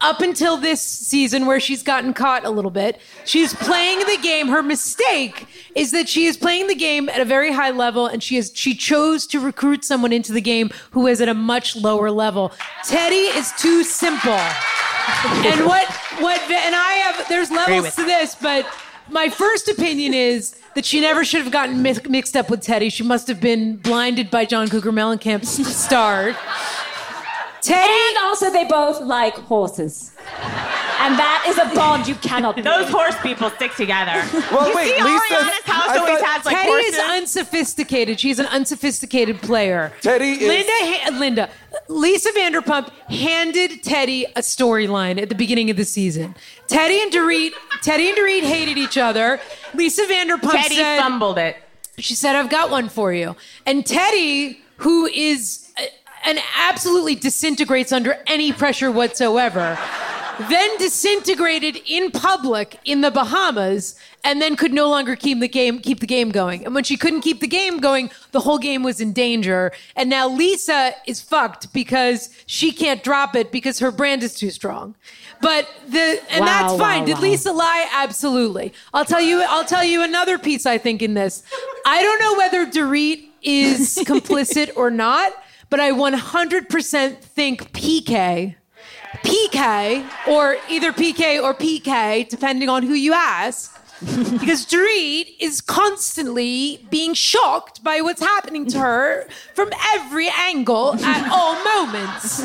up until this season where she's gotten caught a little bit, she's playing the game. Her mistake is that she is playing the game at a very high level and she is she chose to recruit someone into the game who is at a much lower level. Teddy is too simple. and what what and I have there's
Agree
levels
with
to this, but my first opinion is that she never should have gotten mi- mixed up with Teddy. She must have been blinded by John Cougar Mellencamp's start. Teddy.
And also, they both like horses. And that is a bond you cannot
Those horse people stick together. you see Ariana's house always has like
Teddy
horses.
is unsophisticated. She's an unsophisticated player.
Teddy is-
Linda. Ha- Linda. Lisa Vanderpump handed Teddy a storyline at the beginning of the season. Teddy and Dorit. Teddy and Dorit hated each other. Lisa Vanderpump
Teddy
said,
fumbled it.
She said, "I've got one for you." And Teddy, who is uh, an absolutely disintegrates under any pressure whatsoever then disintegrated in public in the Bahamas, and then could no longer keep the game keep the game going. And when she couldn't keep the game going, the whole game was in danger. And now Lisa is fucked because she can't drop it because her brand is too strong. But the and
Wow,
that's
wow,
fine. Did
wow.
Lisa lie? Absolutely. I'll tell you. I'll tell you another piece. I think in this, I don't know whether Dorit is complicit or not, but I 100% think PK. PK, or either PK or PK, depending on who you ask, because Dorit is constantly being shocked by what's happening to her from every angle at all moments.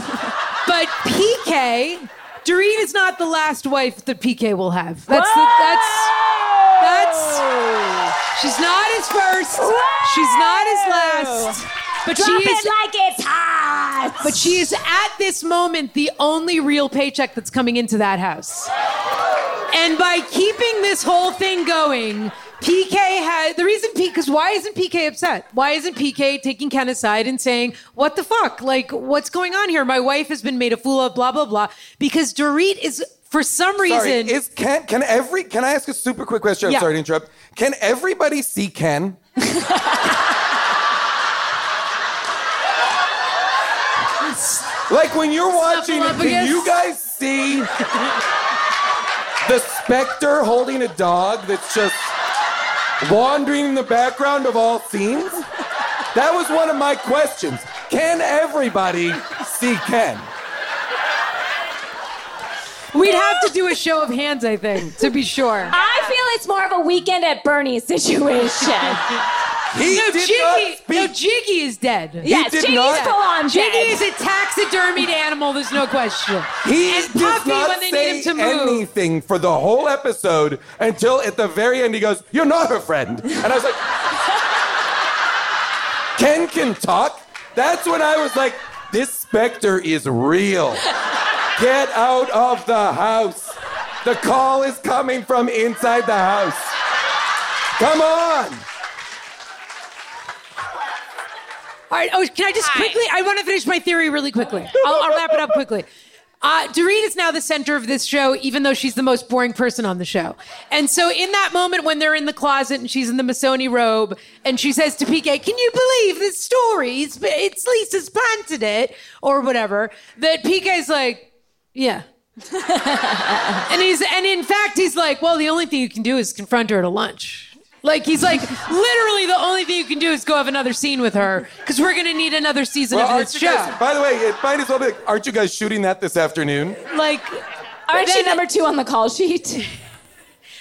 But PK, Dorit is not the last wife that PK will have. That's the, that's that's she's not his first. She's not his last. But
Drop
she
it
is
like it's hot.
But she is at this moment the only real paycheck that's coming into that house. And by keeping this whole thing going, PK had the reason P because why isn't PK upset? Why isn't PK taking Ken aside and saying, What the fuck? Like, what's going on here? My wife has been made a fool of, blah, blah, blah. Because Dorit is for some reason
Sorry, is Ken? Can every? Can I ask a super quick question? I'm
Yeah.
sorry to interrupt. Can everybody see Ken? like when you're watching it, can
Snuffleupagus.
you guys see the specter holding a dog that's just wandering in the background of all scenes? That was one of my questions. Can everybody see Ken?
we'd have to do a show of hands, I think, to be sure.
I feel it's more of a weekend at Bernie's situation.
no, Jiggy, no, Jiggy is dead.
Yes, did Jiggy's not- full on
Jiggy
dead.
is a taxidermied animal. There's no question.
He
and
does
Puffy
not
when they
say
need him to move.
anything for the whole episode until at the very end he goes, "You're not her friend," and I was like, "Ken can talk." That's when I was like, "This specter is real. Get out of the house. The call is coming from inside the house. Come on."
All right. Oh, can I just quickly? I want to finish my theory really quickly. I'll, I'll wrap it up quickly. Uh, Dorit is now the center of this show, even though she's the most boring person on the show. And so, in that moment when they're in the closet and she's in the Missoni robe, and she says to PK, "Can you believe this story? It's, it's Lisa's planted it, or whatever." That PK's like, "Yeah." and he's and in fact he's like, well, the only thing you can do is confront her to lunch. Like he's like, literally, the only thing you can do is go have another scene with her because we're gonna need another season
Well,
of
aren't
this
you
show.
guys- by the way, it might as well be. Like, aren't you guys shooting that this afternoon?
like,
Aren't you number two on the call sheet?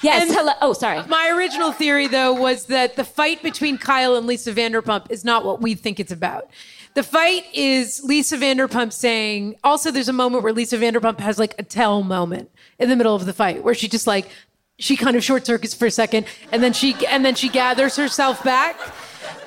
Yes. hello. Oh, sorry.
My original theory, though, was that the fight between Kyle and Lisa Vanderpump is not what we think it's about. The fight is Lisa Vanderpump saying, also, there's a moment where Lisa Vanderpump has like a tell moment in the middle of the fight where she just like, she kind of short circuits for a second and then she, and then she gathers herself back.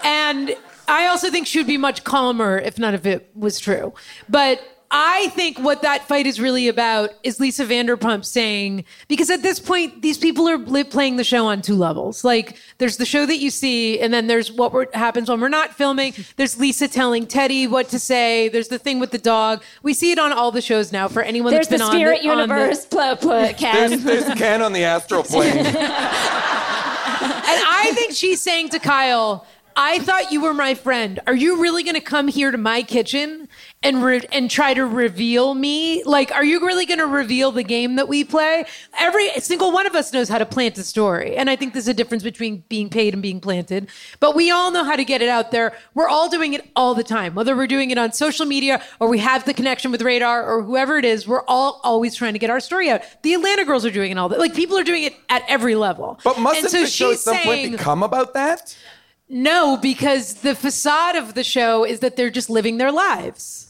And I also think she would be much calmer if none of it was true. But I think what that fight is really about is Lisa Vanderpump saying, because at this point, these people are li- playing the show on two levels. Like, there's the show that you see, and then there's what we're, happens when we're not filming. There's Lisa telling Teddy what to say. There's the thing with the dog. We see it on all the shows now for anyone
There's
that's
the
been
spirit
on the, on the-
universe. Pl- pl-
There's,
Ken.
there's Ken on the astral
and
plane.
I think she's saying to Kyle, I thought you were my friend. Are you really going to come here to my kitchen and re- and try to reveal me? Like, are you really going to reveal the game that we play? Every single one of us knows how to plant a story, and I think there's a difference between being paid and being planted. But we all know how to get it out there. We're all doing it all the time, whether we're doing it on social media or we have the connection with Radar or whoever it is. We're all always trying to get our story out. The Atlanta girls are doing it all. That. Like, people are doing it at every level.
But mustn't
and so
the show at
she's
some point
saying-
become about that?
no, because the facade of the show is that they're just living their lives.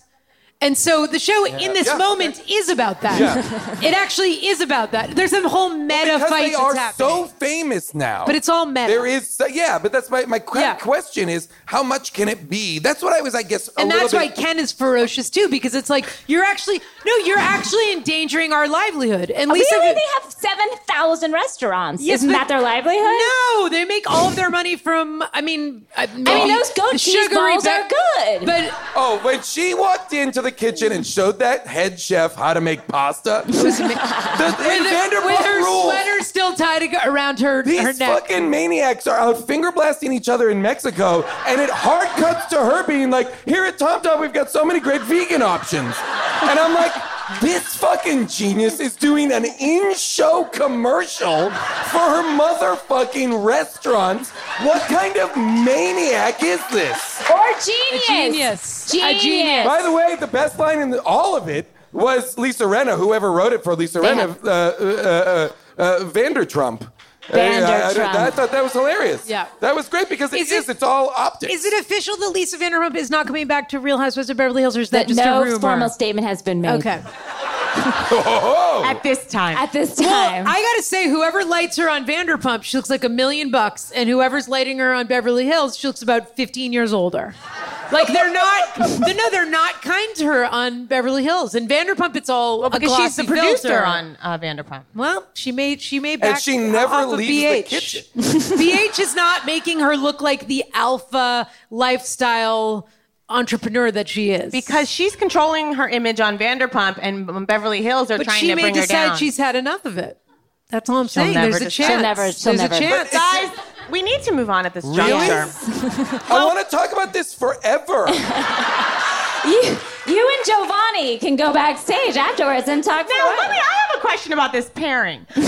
And so the show in this
Yeah.
moment is about that.
Yeah.
It actually is about that. There's some whole meta
because
fight
they are
that's happening.
so famous now.
But it's all meta.
There is, so- yeah. But that's my my que- question is how much can it be? That's what I was, I guess, a
and
little
that's why
bit-
Ken is ferocious too, because it's like you're actually no, you're actually endangering our livelihood. And Lisa,
Really? They have 7,000 restaurants.
Yes,
Isn't
but-
that their livelihood?
No, they make all of their money from. I mean, uh, I
mean, those goat cheese balls are good.
but
Oh, when she walked into the kitchen and showed that head chef how to make pasta, the, and
with,
Vanderpump
her
Rules,
sweater still tied ag- around her, her
These
neck.
fucking maniacs are out finger blasting each other in Mexico, and it hard cuts to her being like, "Here at Tom Tom, we've got so many great vegan options," and I'm like. This fucking genius is doing an in-show commercial for her motherfucking restaurant. What kind of maniac is this?
Or genius.
genius.
Genius.
A genius.
By the way, the best line in the, all of it was Lisa Renna, whoever wrote it for Lisa
They
Renna,
have-
uh, uh, uh, uh, Vandertrump.
Vandertrump.
I, I, I thought that was hilarious.
Yeah.
That was great because it
Is
is,
it-
it's all optics.
Is it official that Lisa Vanderpump is not coming back to Real Housewives of Beverly Hills, or is that, just
no
a rumor?
formal statement has been made.
Okay.
Oh,
At this time.
At this
Well,
time.
I gotta say, whoever lights her on Vanderpump, she looks like a million bucks, and whoever's lighting her on Beverly Hills, she looks about 15 years older. Like they're not, they're, no, they're not kind to her on Beverly Hills. And Vanderpump, it's all a
because she's the
glossy
producer
filter.
on uh, Vanderpump.
Well, she made she made
And
back
she never
off of
leaves the
BH.
kitchen.
BH is not making her look like the alpha lifestyle entrepreneur that she is.
Because she's controlling her image on Vanderpump, and Beverly Hills are
but
trying
she
to
may
bring her
decide
down.
she's had enough of it. That's all I'm
She'll
saying.
never
There's a
just-
chance.
She'll never- she'll
There's
never.
a chance.
Guys, we need to move on at this juncture.
I want to talk about this forever.
you, you and Giovanni can go backstage afterwards and talk
Now, let me. I have a question about this pairing. So,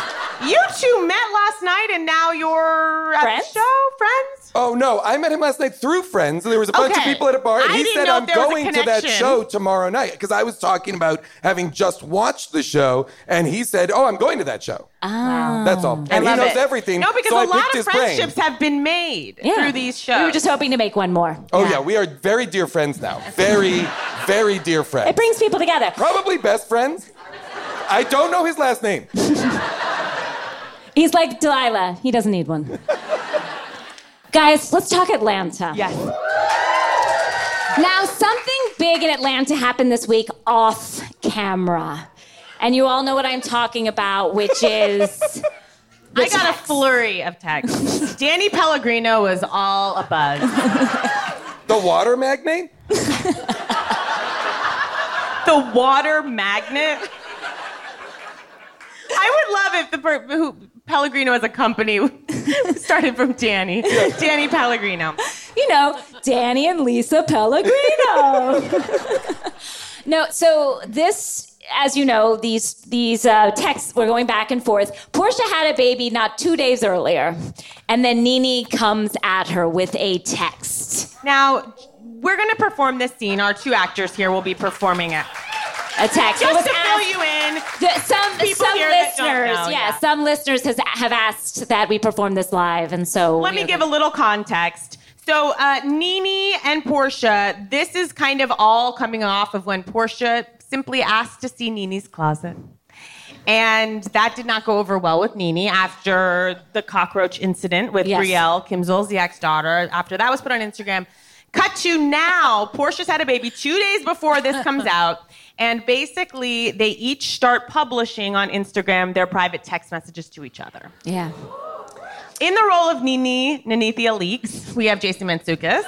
you two met last night, and now you're at
Friends?
the show, friends.
Oh no, I met him last night through friends. There was a bunch of
Okay.
people at a bar, and
I
he
didn't
said,
know if
"I'm
there was a
going to that
connection."
show tomorrow night" because I was talking about having just watched the show, and he said, "Oh, I'm going to that show." That's all. And he
love
knows
it.
everything.
No, because
so I
a lot
picked
of
his brain.
friendships have been made through these shows.
We were just hoping to make one more.
Oh yeah. we are very dear friends now. Very, very dear friends.
It brings people together.
Probably best friends. I don't know his last name.
He's like Delilah. He doesn't need one. Guys, let's talk Atlanta.
Yes.
Now, something big in Atlanta happened this week off camera. And you all know what I'm talking about, which is
I got a flurry of texts. Danny Pellegrino was all a buzz.
The water magnate.
the water magnet. I would love if the per- who, Pellegrino as a company started from Danny. Danny Pellegrino.
you know, Danny and Lisa Pellegrino. no, so this, as you know, these these uh, texts were going back and forth. Portia had a baby not two days earlier, and then Nini comes at her with a text,
Now we're gonna perform this scene. Our two actors here will be performing it.
a text. that
Just
was
to fill
asked-
you in.
Th- some
People
some
here that
listeners,
don't know,
yeah,
yeah.
some listeners has, have asked that we perform this live, and so
Let me give a little context. So, uh, Nini and Portia, this is kind of all coming off of when Portia simply asked to see Nini's closet. And that did not go over well with Nini after the cockroach incident with
Yes.
Brielle, Kim Zolciak's daughter. After that was put on Instagram. Cut to now. Portia's had a baby two days before this comes out. And basically, they each start publishing on Instagram their private text messages to each other.
yeah.
In the role of Nini Nanithia Leaks, we have Jason Mantzoukas.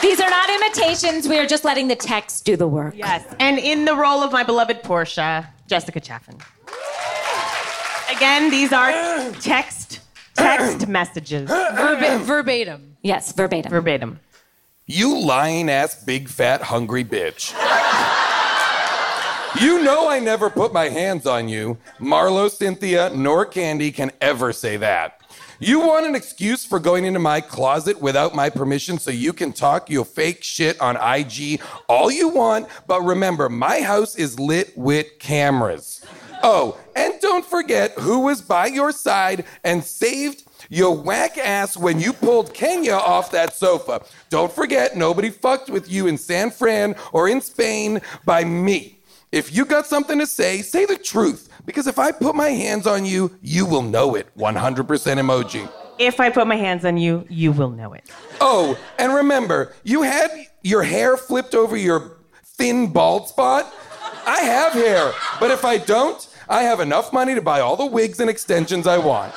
These are not imitations. We are just letting the text do the work.
Yes. And in the role of my beloved Portia, Jessica Chaffin. Again, these are text text messages.
Verba- verbatim.
Yes, verbatim.
Verbatim.
You lying ass, big fat, hungry bitch. you know I never put my hands on you. Marlo, Cynthia, nor Candy can ever say that. You want an excuse for going into my closet without my permission so you can talk your fake shit on IG all you want, but remember, my house is lit with cameras. Oh, and don't forget who was by your side and saved your whack ass when you pulled Kenya off that sofa. Don't forget, nobody fucked with you in San Fran or in Spain by me. If you got something to say, say the truth. Because if I put my hands on you, you will know it. 100% emoji.
If I put my hands on you, you will know it.
Oh, and remember, you had your hair flipped over your thin bald spot. I have hair, but if I don't, I have enough money to buy all the wigs and extensions I want.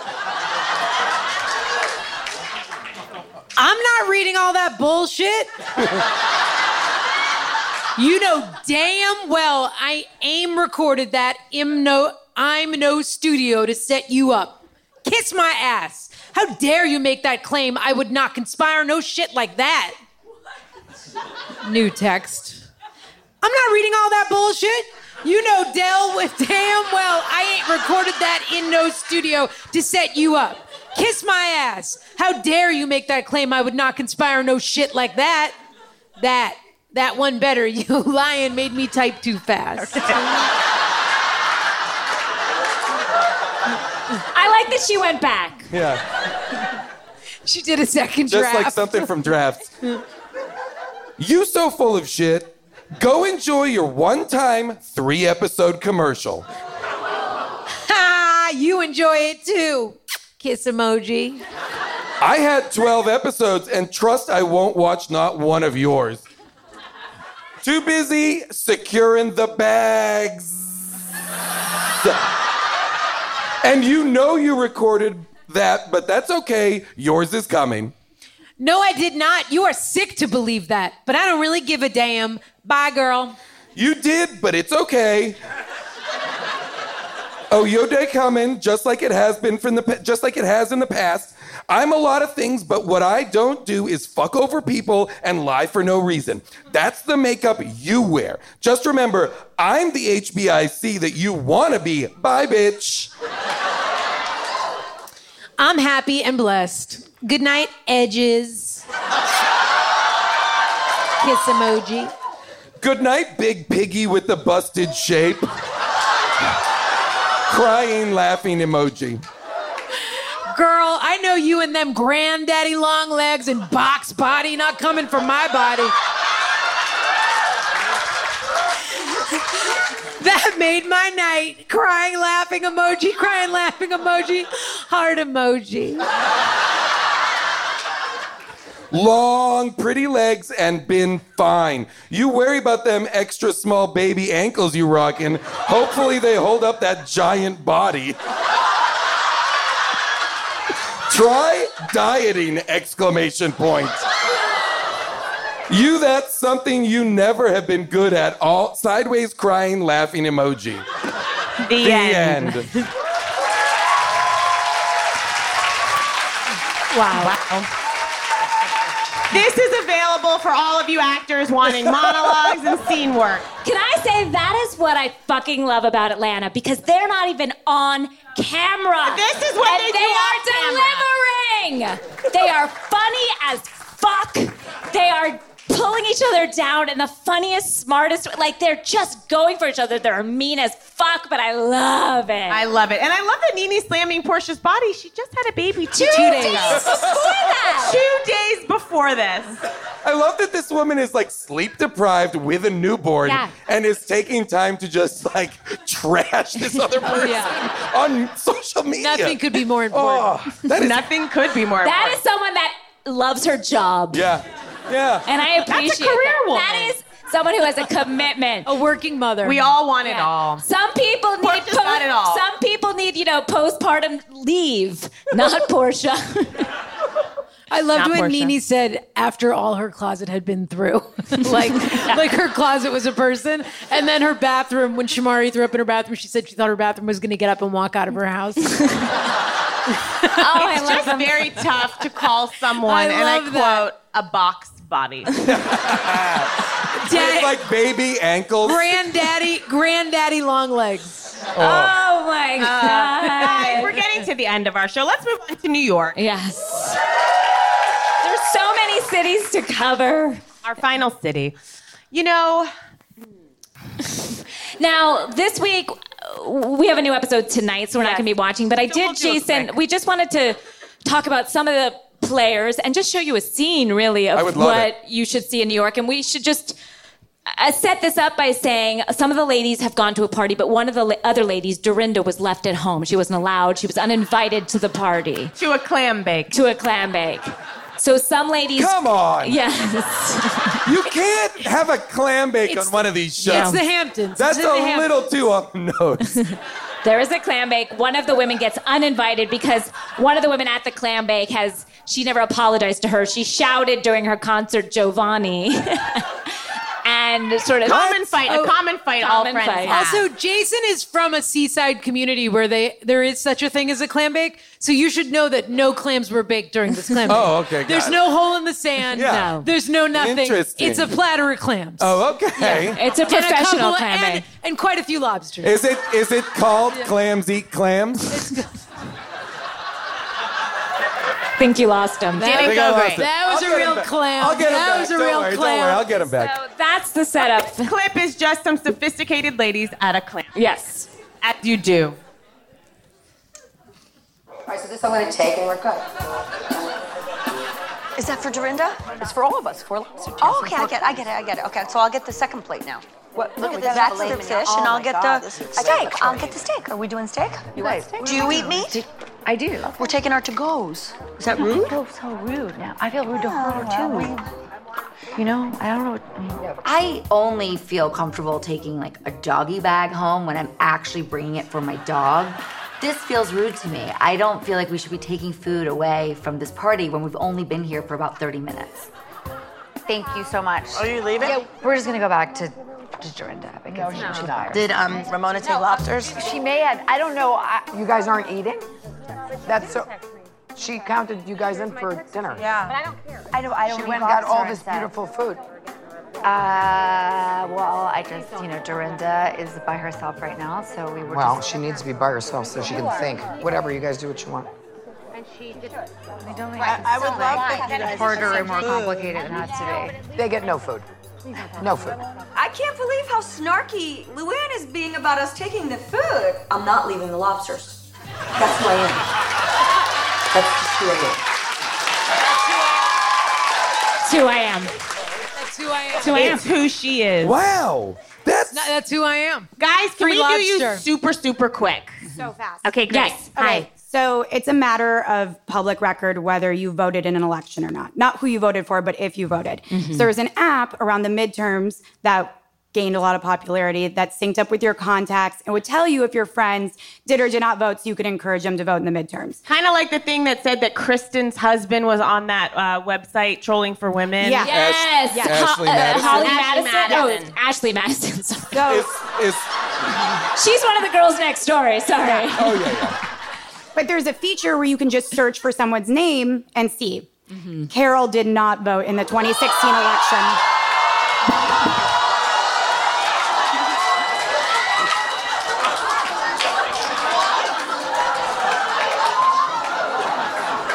I'm not reading all that bullshit. you know damn well I aim recorded that im no I'm no studio to set you up. Kiss my ass. How dare you make that claim? I would not conspire no shit like that. New text. I'm not reading all that bullshit. You know Dell with damn well I ain't recorded that in no studio to set you up. Kiss my ass. How dare you make that claim I would not conspire no shit like that. That that one better. You lion made me type too fast.
I like that she went back.
Yeah.
She did a second
Just
draft.
like something from drafts. you so full of shit. Go enjoy your one time, three episode commercial.
ha, you enjoy it too. Kiss emoji.
I had 12 episodes, and trust I won't watch not one of yours. Too busy securing the bags. And you know you recorded that, but that's okay. Yours is coming.
No, I did not. You are sick to believe that, but I don't really give a damn. Bye, girl.
You did, but it's okay. Oh, your day coming, just like it has been from the pa- just like it has in the past. I'm a lot of things, but what I don't do is fuck over people and lie for no reason. That's the makeup you wear. Just remember, I'm the HBIC that you wanna be. Bye, bitch.
I'm happy and blessed. Good night, edges. Kiss emoji.
Good night, big piggy with the busted shape. Crying, laughing emoji.
Girl, I know you and them granddaddy long legs and box body not coming from my body. That made my night. Crying, laughing emoji, crying, laughing emoji, heart emoji.
long, pretty legs and been fine. You worry about them extra small baby ankles you rockin'. Hopefully they hold up that giant body. Try dieting exclamation point. You that's something you never have been good at all. Sideways crying laughing emoji.
The, end.
end.
Wow. This is available for all of you actors wanting monologues and scene work.
Can I say that is what I fucking love about Atlanta because they're not even on camera.
This is what
And
they do
are
off camera.
delivering. They are funny as fuck. They are pulling each other down in the funniest, smartest way. Like they're just going for each other. They're mean as fuck, but I love it.
I love it. And I love that Nene slamming Portia's body. She just had a baby two,
Two
days
days
ago.
before that.
Two days before this.
I love that this woman is like sleep deprived with a newborn
Yeah.
and is taking time to just like trash this other person
yeah.
on social media.
Nothing could be more important.
Oh, that is
Nothing could be more
That
important.
is someone that loves her job.
yeah, yeah.
And I appreciate
career
that.
woman.
That is someone who has a commitment.
A working mother.
we all want it
Yeah.
all.
Some people need
Portia's got it all.
some people need, you know, postpartum leave, not Portia.
I loved
Not
when
Portia.
Nene said after all her closet had been through, like like her closet was a person, and then her bathroom. When Shamari threw up in her bathroom, she said she thought her bathroom was going to get up and walk out of her house.
oh, it's just very tough to call someone,
I
and I
love
quote,
that.
a box body.
With, like baby ankles.
Granddaddy, granddaddy long legs.
Oh.
my
God.
we're getting to the end of our show. Let's move on to New York.
Yes. There's so many cities to cover.
Our final city. You know.
Now, this week, uh, we have a new episode tonight, so we're not going to be watching, but I did, Jason, we just wanted to talk about some of the players and just show you a scene, really,
I
of
would love
what
it.
you should see in New York. And we should just. I set this up by saying some of the ladies have gone to a party, but one of the la- other ladies, Dorinda, was left at home. She wasn't allowed. She was uninvited to the party.
To a clam bake.
To a clam bake. So some ladies.
Come on.
Yes.
You can't have a clam bake on one of these shows.
It's the Hamptons.
That's
It's in
a
the Hamptons.
little too up nose.
There is a clam bake. One of the women gets uninvited because one of the women at the clam bake has, she never apologized to her. She shouted during her concert, Giovanni. and sort of.
Common fight, a common fight all
Common
friends
fight.
have.
Also, Jason is from a seaside community where they there is such a thing as a clam bake. So you should know that no clams were baked during this clam bake.
Oh, okay, got
There's
it.
no hole in the sand.
Yeah. No.
There's no nothing.
Interesting.
It's a platter of clams.
Oh, okay.
And
professional
couple-
clam
and,
bake.
and quite a few lobsters.
Is it is it called clams eat clams?
I think you lost him.
That- Didn't I think I go lost great. him.
That was
I'll
a
get
real
him back.
clam.
I'll get him
that
back.
was a
Don't
real
worry, don't
clam.
worry. I'll get him back.
That's the setup.
This clip is just some sophisticated ladies at a clam.
Yes.
As you do.
All right, so this I'm going to take and we're good. Is that for Dorinda? It's for all of us. For
Oh, okay, I get, I get it, I get it. Okay, so I'll get the second plate now. What?
no,
Look at
we got
that. That's
the
the
lamb
fish,
now. Oh
and I'll
my
get
God,
the
this is
steak.
steak.
I'll get the steak. Are we doing steak?
You want steak?
Do you eat meat? I do. We're taking our to-goes. Is that rude? Oh, so rude now. I feel rude to her, too.
You know, I don't know. What, I, mean, I only feel comfortable taking like a doggy bag home when I'm actually bringing it for my dog. This feels rude to me. I don't feel like we should be taking food away from this party when we've only been here for about 30 minutes.
Thank you so much.
Are you leaving?
Yeah, we're just going to go back to, to Dorinda.
No, she's
she's
not.
fired.
Did, um,
Ramona take lobsters? She may have. I don't know. I, you guys aren't eating?
That's so. She counted you guys in for dinner.
Yeah. But I don't care. I don't. I don't.
She
eat
went and got
lobster
all
and
this
stuff.
beautiful food.
Uh, well, I just, you know, Dorinda is by herself right now, so we were
Well,
just.
she needs to be by herself so she can think. Whatever, you guys do what you want.
And she did. I don't think
I- I would love that you
it's
guys
harder
did
and more
some
complicated than it has to be.
They get no food. No food.
I can't believe how snarky Luann is being about us taking the food. I'm not leaving the lobsters. That's who I am. That's just who I
That's who I am.
That's who I am.
That's who I am.
It's who she is.
Wow. That's
that's who I am.
Guys, can
Free
we do you
lobster.
super, super quick?
So fast.
Okay, great. Yes. Hi.
So it's a matter of public record whether you voted in an election or not. Not who you voted for, but if you voted. So there was an app around the midterms that gained a lot of popularity that synced up with your contacts and would tell you if your friends did or did not vote so you could encourage them to vote in the midterms.
Kind of like the thing that said that Kristen's husband was on that uh, website trolling for women.
Yeah. Yes.
Yeah.
Ho- uh, Holly Madison. No,
Madison.
it's Ashley Madison. Sorry.
It's,
She's one of the girls next door. Sorry.
Oh, yeah, yeah.
But there's a feature where you can just search for someone's name and see. Carol did not vote in the 2016 election.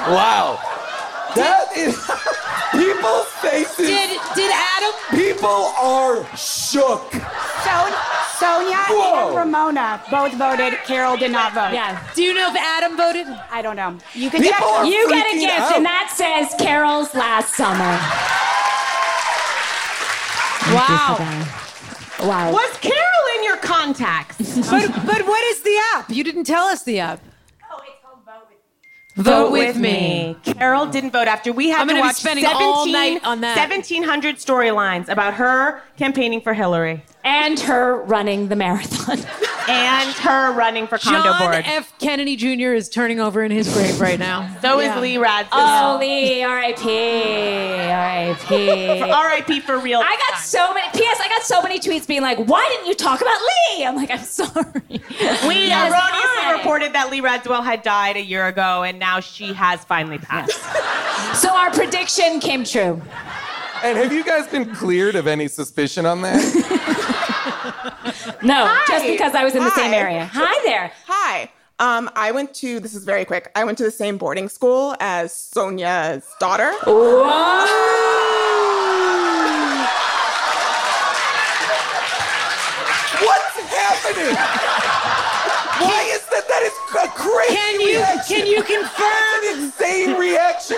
Wow. That is people's faces.
Did did Adam
People are shook.
So, Sonia
Whoa.
and Ramona both voted. Carol did not vote.
Yeah.
Do you know if Adam voted?
I don't know. You
You
can check.
get a gift,
Oh.
and that says Carol's last summer.
Wow.
Wow.
Was Carol in your contacts?
but but what is the app? You didn't tell us the app. Vote with me.
Carol didn't vote after we had
I'm
to
gonna be
watch
spending
17,
all night on that.
1700 storylines about her campaigning for Hillary.
And her running the marathon.
and her running for condo
John
board.
F. Kennedy Jr. is turning over in his grave right now.
So is Lee Radford.
Oh, Lee, R.I.P. R.I.P.
R.I.P. for real.
I got so many. P.S. I got so many tweets being like, "Why didn't you talk about Lee?" I'm like, "I'm sorry."
We
Yes,
erroneously
hi.
reported that Lee Radswell had died a year ago, and now she has finally passed.
So our prediction came true.
And have you guys been cleared of any suspicion on that?
No, just because I was in the same area. Hi there.
Hi. Um, I went to, this is very quick, I went to the same boarding school as Sonia's daughter.
What's happening? Why is that? That is a crazy
Can you-
reaction.
can you
That's an insane reaction.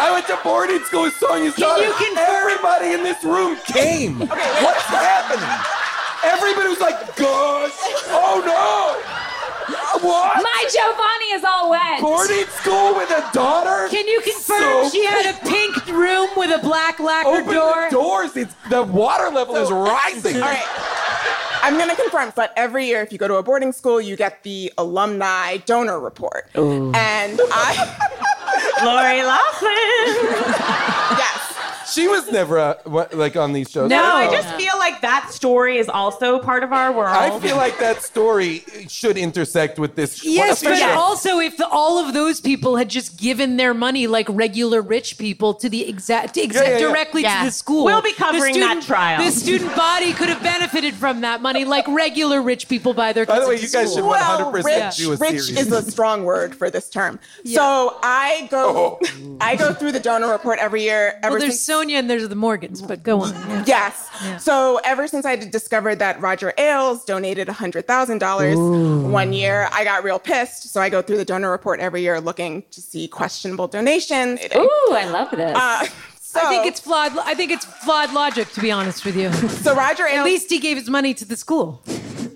I went to boarding school with Sonia's daughter.
you
Everybody in this room came. What's happening? Everybody was like, gosh, oh no. Uh, What?
My Giovanni is all wet.
Boarding school with a daughter?
Can you confirm
So-
she had a pink room with a black lacquer
Open
door?
the doors. It's the water level is rising.
All right. I'm going to confirm, but every year if you go to a boarding school, you get the alumni donor report.
Ooh.
And I.
Lori Laughlin.
She was never uh, what- like on these shows.
No, I just feel like that story is also part of our world.
I feel like that story should intersect with this.
Yes,
for
but
sure.
also if the, all of those people had just given their money like regular rich people to the exact to exact-
yeah, yeah.
directly
Yeah.
to the school,
We'll be
the
covering that trial.
The student body could have benefited from that money like regular rich people buy their.
By the
kids
way,
to
you guys
school.
should
Well,
100%
rich,
do a
rich
series.
is a strong word for this term.
Oh,
So I go, I go through the donor report every year. Ever
Well, there's
since
Sonia and there's the Morgans, but go on.
Yes. So ever since I d- discovered that Roger Ailes donated $100,000 one year, I got real pissed. So I go through the donor report every year looking to see questionable donations.
Ooh, I love this.
I think it's flawed. I think it's flawed logic, to be honest with you. So
Roger,
at least he gave his money to the school.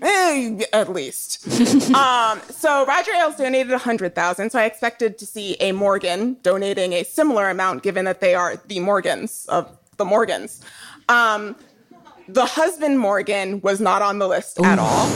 Eh, at least. um, so Roger Ailes donated 100,000. So I expected to see a Morgan donating a similar amount, given that they are the Morgans of the Morgans. Um, the husband Morgan was not on the list at all.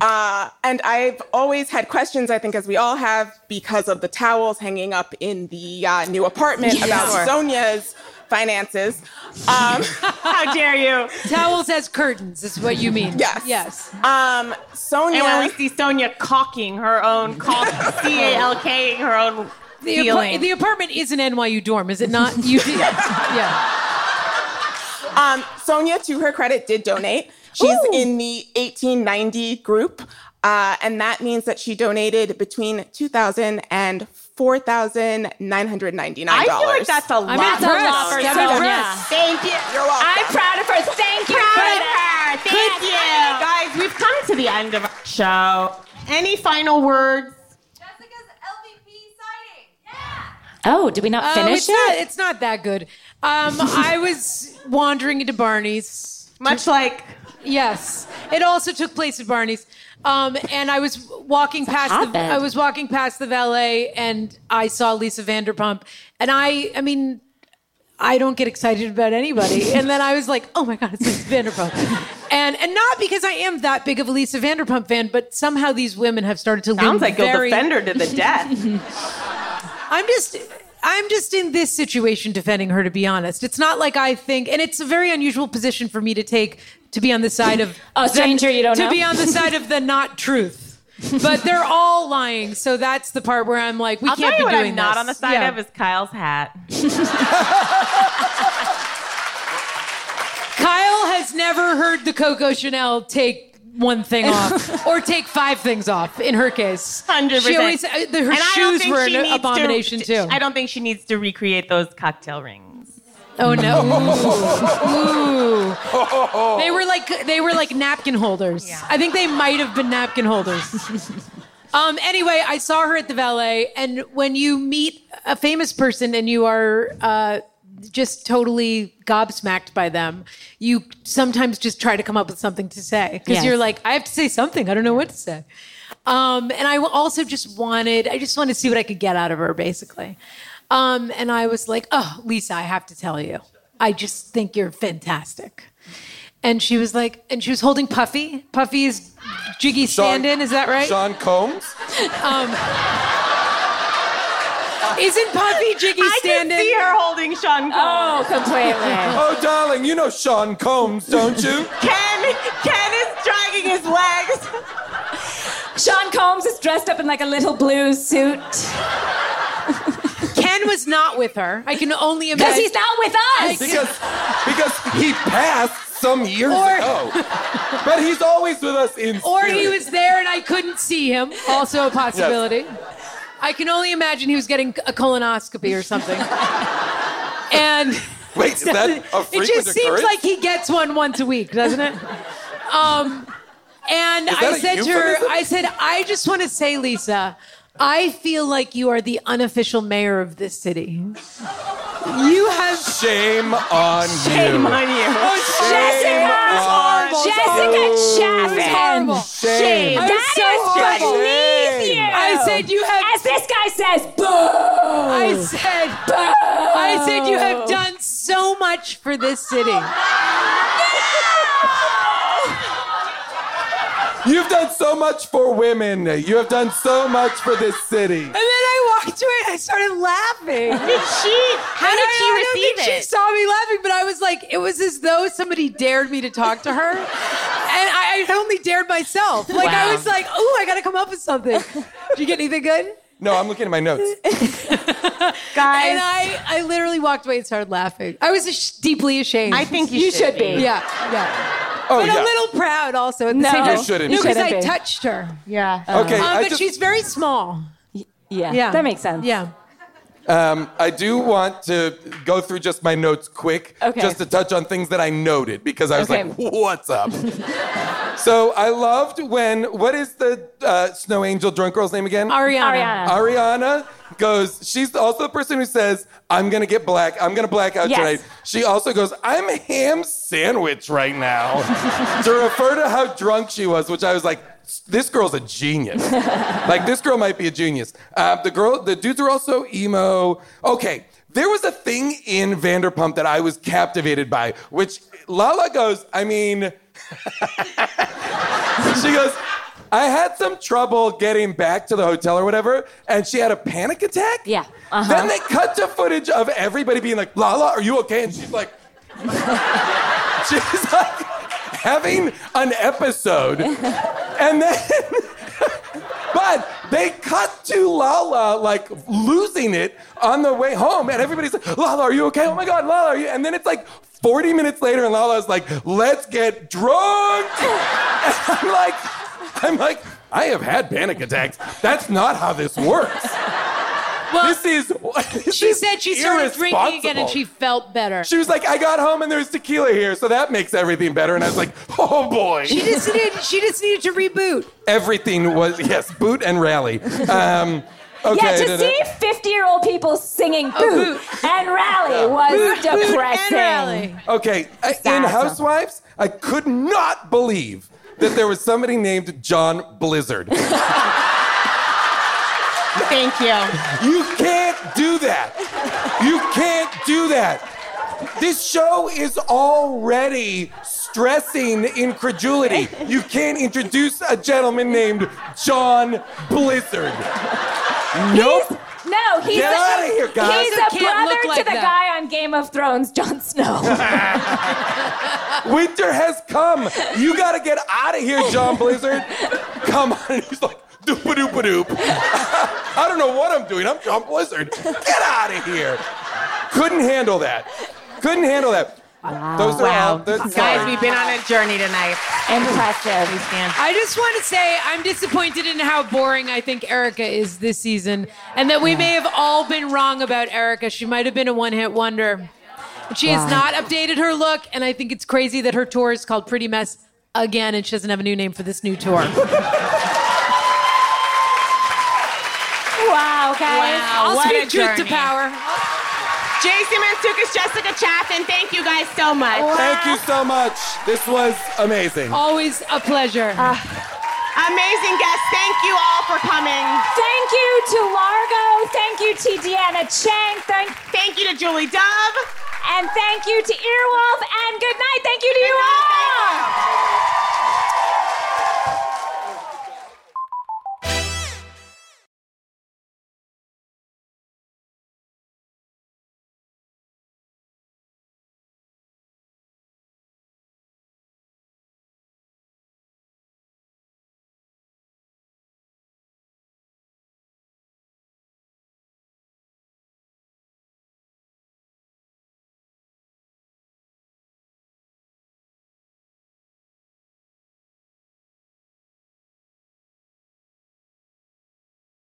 Uh, and I've always had questions, I think, as we all have, because of the towels hanging up in the uh, new apartment
Yeah.
about
Sure.
Sonia's finances. Um,
How dare you?
Towels as curtains is what you mean.
Yes.
Yes.
Um, Sonia.
And when we see Sonia caulking her own caulk, C A L K ing her own
The, apar-
ceiling.
the apartment is an NYU dorm, is it not? You did. yeah.
Um, Sonia, to her credit, did donate. She's in the 1890 group, uh, and that means that she donated between 2,000 and 4,999.
I feel like that's a
I
lot.
mean,
for
that's
her.
impressed.
So
I'm
yes. Thank you. You're welcome.
I'm proud
of her. Thank
you for
Proud of
that.
her. Thank you. Guys, we've come to the end of our show. Any final words?
Oh, did we not
Um,
finish
it's Not,
it?
it's not that good. Um, I was wandering into Barney's.
Much like.
Yes. It also took place at Barney's. Um, and I was walking past the
hotbed.
I was walking past the valet and I saw Lisa Vanderpump and I I mean I don't get excited about anybody. And then I was like, oh my God, it's Lisa Vanderpump. And and not because I am that big of a Lisa Vanderpump fan, but somehow these women have started to
Sounds
loom
like you'll
very-
defend her to the death.
I'm just I'm just in this situation defending her to be honest. It's not like I think and it's a very unusual position for me to take to be on the side of
A stranger you don't
to
know?
be on the side of the not truth. but they're all lying, so that's the part where I'm like, we
I'll
can't
tell you
be
what
doing
I'm not
this.
on the side
Yeah.
of is Kyle's hat.
Kyle has never heard the Coco Chanel take one thing off or take five things off. In her case,
100%.
She always uh, the, her
And I don't
shoes
think
were
she
an
needs to-
abomination too.
I don't think she needs to recreate those cocktail rings.
Oh no! Ooh. Ooh. They were like they were like napkin holders. I think they might have been napkin holders. um. Anyway, I saw her at the valet, and when you meet a famous person and you are uh, just totally gobsmacked by them, you sometimes just try to come up with something to say because
Yes.
you're like, I have to say something. I don't know what to say. Um, and I also just wanted, I just wanted to see what I could get out of her, basically. Um, and I was like, oh, Lisa, I have to tell you, I just think you're fantastic. and she was like, and she was holding Puffy. Puffy's Jiggy stand-in. Is that right?
Sean Combs?
Um, isn't Puffy Jiggy stand-in? I see her
holding Sean Combs. Oh,
oh, darling, you know Sean Combs, don't you?
Ken, Ken is dragging his legs.
Sean Combs is dressed up in like a little blue suit.
Ken was not with her. I can only imagine.
he's not with us.
because because he passed some years ago. But he's always with us in
Or he
spirit.
was there and I couldn't see him. Also a possibility. I can only imagine he was getting a colonoscopy or something. and
Wait, is that a
it
frequent
just seems
occurrence?
like he gets one once a week, doesn't it? Um, and
Is that
I
a
said to her,
euphemism?
I said, I just want to say, Lisa, I feel like you are the unofficial mayor of this city. You have
Shame on
Shame
you.
on you.
Oh, shame
Jessica!
on
It's horrible.
you.
It's horrible.
Shame.
I'm so
That is
horrible.
beneath you.
I said you have. As
this guy says, boo.
I said, boo. I said you have done so much for this city.
You've done so much for women. You have done so much for this city.
And then I walked away and I started laughing.
Did she- how
And
did
I-
she
I don't
receive
think She
it?
saw me laughing, but I was like, it was as though somebody dared me to talk to her. And I, I only dared myself. Like, I
Wow.
was like, oh, I got to come up with something. Did you get anything good?
No, I'm looking at my notes. Oh,
Guys. And I, I literally walked away and started laughing. I was ash- deeply ashamed. I think
you You should should be. be.
Yeah, yeah.
Oh,
but
yeah.
a little proud also. At the
No.
same
You
time.
shouldn't.
No,
You
because
shouldn't
I
be.
touched her.
Yeah.
Okay,
Um,
I
but
just-
she's very small.
Yeah,
Yeah.
that makes sense.
Yeah.
Um, I do want to go through just my notes quick,
Okay.
just to touch on things that I noted because I was
Okay.
like, "What's up?" so I loved when what is the uh, Snow Angel drunk girl's name again?
Ariana. Ariana.
Ariana goes. She's also the person who says, "I'm gonna get black. I'm gonna black out
Yes.
tonight." She also goes, "I'm a ham sandwich right now," to refer to how drunk she was, which I was like. This girl's a genius. like this girl might be a genius. Uh, the girl, the dudes are also emo. Okay, there was a thing in Vanderpump that I was captivated by, which Lala goes. I mean, she goes. I had some trouble getting back to the hotel or whatever, and she had a panic attack.
Yeah. Uh-huh.
Then they cut to footage of everybody being like, Lala, are you okay? And she's like, she's like having an episode. And then, but they cut to Lala like losing it on the way home. And everybody's like, Lala, are you okay? Oh my God, Lala, are you? And then it's like 40 minutes later, and Lala's like, let's get drunk. and I'm like, I'm like, I have had panic attacks. That's not how this works. this is. This
She
is
said she started drinking again and
irresponsible.
she felt better.
She was like, I got home and there's tequila here, so that makes everything better. And I was like, oh boy.
She just needed. She just needed to reboot.
Everything was, yes, boot and rally. Um, okay.
yeah, to
da-da.
see 50 year old people singing
Oh,
boot and rally was depressing.
Okay, I- in Housewives, I could not believe that there was somebody named John Blizzard.
Thank you.
You can't do that. You can't do that. This show is already stressing incredulity. You can't introduce a gentleman named John Blizzard. Nope.
No, he's
Get
a,
outta here, guys.
He's
Blizzard
a
can't
brother
look
to
like
the
that.
guy on Game of Thrones, Jon Snow.
Winter has come. You gotta get out of here, John Blizzard. Come on. And he's like, doopa doopa doop. I don't know what I'm doing. I'm John Blizzard. Get out of here. Couldn't handle that. Couldn't handle that. Those are all. those-
Guys,
sorry.
we've been on a journey tonight.
Impressive.
We stand.
I just want to say I'm disappointed in how boring I think Erica is this season, and that we may have all been wrong about Erica. She might have been a one-hit wonder. But She has
Wow.
not updated her look, and I think it's crazy that her tour is called Pretty Mess again, and she doesn't have a new name for this new tour.
wow,
guys. I'll speak truth to power.
JC Mansukas, Jessica Chaffin, thank you guys so much.
Thank you so much. This was amazing.
Always a pleasure.
Amazing guests. Thank you all for coming.
Thank you to Largo. Thank you to Deanna Chang. Thank,
thank you to Julie Dove.
And thank you to Earwolf. And good night. Thank you to you all.